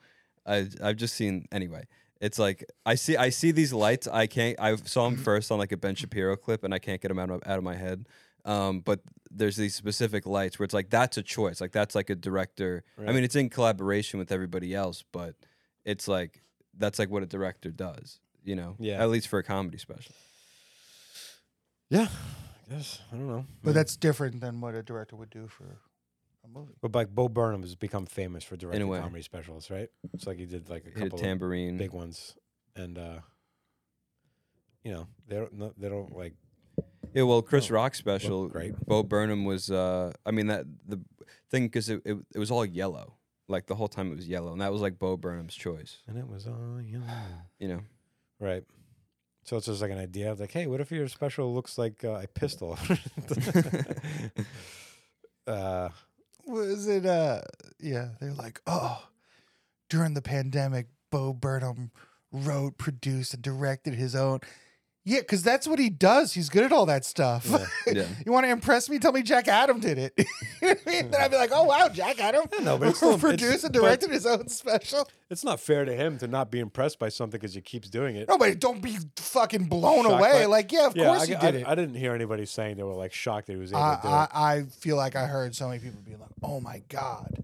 I I've just seen anyway. It's like I see I see these lights. I can't. I saw
Mm-hmm.
them first on like a Ben Shapiro clip, and I can't get them out of out of my head. Um, but there's these specific lights where it's like that's a choice. Like that's like a director. I
Right.
mean, it's in collaboration with everybody else, but it's like that's like what a director does. You know,
Yeah.
At least for a comedy special.
yeah, I guess I don't know.
But that's different than what a director would do for a movie.
But like Bo Burnham has become famous for directing
way.
comedy specials, right? It's like he did like a
Hit a
couple of
tambourine.
big ones, and uh you know they don't no- they don't like
Yeah, well, Chris
No.
Rock special.
Oh, great.
Bo Burnham was. Uh, I mean that the thing because it, it it was all yellow. Like the whole time it was yellow, and that was like Bo Burnham's choice.
and it was all you
You know.
right. So it's just like an idea of like, hey, what if your special looks like uh, a pistol? uh,
Was it? Uh, yeah, they're like, oh, during the pandemic, Bo Burnham wrote, produced, and directed his own. Yeah, because that's what he does. He's good at all that stuff.
Yeah.
Yeah.
you want to impress me? Tell me Jack Adam did it. you know what I mean? Then I'd be like, oh wow, Jack Adam
know, but it's still- it's-
produced and
but-
directed his own special.
it's not fair to him to not be impressed by something because he keeps doing it.
No, but don't be fucking blown
Shocked
away.
by-
like, yeah, of
yeah,
course
I,
he
I-
did it.
I didn't hear anybody saying they were like shocked that he was able to do
I,
it.
I, I feel like I heard so many people being like, "Oh my god,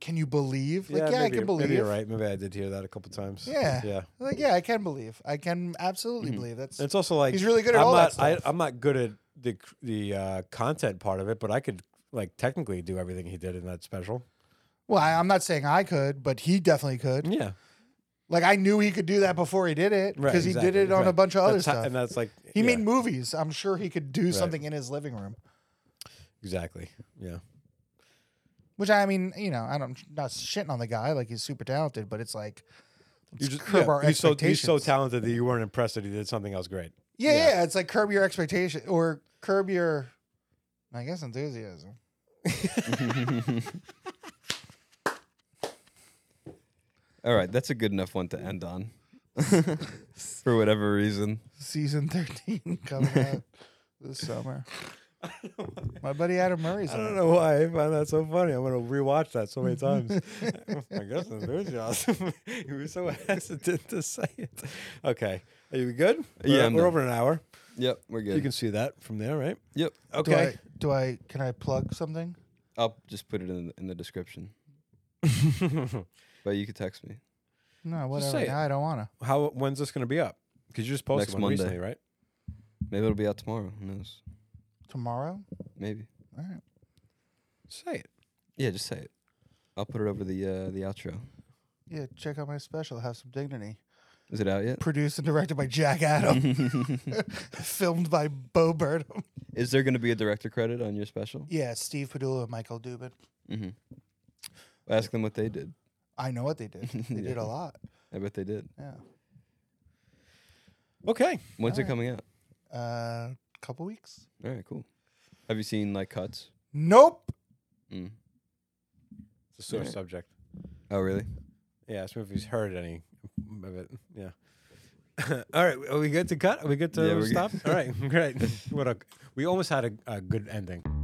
can you believe? Like, yeah, I
maybe,
can believe.
Maybe you're right. Maybe I did hear that a couple times.
Yeah.
yeah. Mm-hmm.
Like, yeah, I can believe. I can absolutely
Mhm.
believe. That's
It's also like
he's really good at
I'm
all
not.
that stuff.
I, I'm not good at the c- the uh, content part of it, but I could like technically do everything he did in that special.
well, I, I'm not saying I could, but he definitely could.
Yeah,
Like, I knew he could do that before he did it because
Right,
he did
exactly,
it on a
right.
bunch of other
That's how-
stuff.
and that's like
he
yeah,
made movies. I'm sure he could do something in his living room.
exactly. Yeah,
Which I mean, you know, I don't not shitting on the guy. Like he's super talented, but it's like
you
let's curb our
he's so he's
expectations.
so talented that you weren't impressed that he did something else great.
yeah, yeah,
yeah.
It's like curb your expectation or curb your, I guess, enthusiasm.
All right, that's a good enough one to end on. For whatever reason.
Season thirteen coming out this summer. My buddy Adam Murray's.
I
in
don't
it.
know why I find that so funny. I'm gonna rewatch that so many times. I guess enthusiasm. you were so hesitant to say it. Okay, are you good?
Yeah,
We're-
I'm
we're
done.
over an hour.
Yep, we're good.
You can see that from there, right?
yep.
Okay.
Do I, do I can I plug something?
I'll just put it in in the description. But you can text me.
No, whatever.
say it.
Now I don't wanna.
How? When's this gonna be up? Because you just posted
Next
one
Monday.
recently, right?
Maybe it'll be out tomorrow. Who knows?
Tomorrow.
Maybe.
All right.
Say it.
Yeah, just say it. I'll put it over the uh, the outro.
Yeah, check out my special. Have some dignity.
Is it out yet?
Produced and directed by Jack Adam. Filmed by Bo Burnham.
Is there going to be a director credit on your special?
Yeah, Steve Padula and Michael Dubin.
Mm-hmm. Ask them what they did.
I know what they did. They did
Yeah.
a lot.
I bet they did.
Yeah.
Okay.
When's it
Alright.
coming out?
A Uh, couple weeks.
All right, cool. Have you seen like cuts?
Nope.
Mm.
It's a sore
Alright.
subject.
Oh, really?
Yeah, ask me if he's heard any of it. Yeah. All right. Are we good to cut? Are we good to
Yeah, we're good.
stop? All right. Great. What a, we almost had a, a good ending.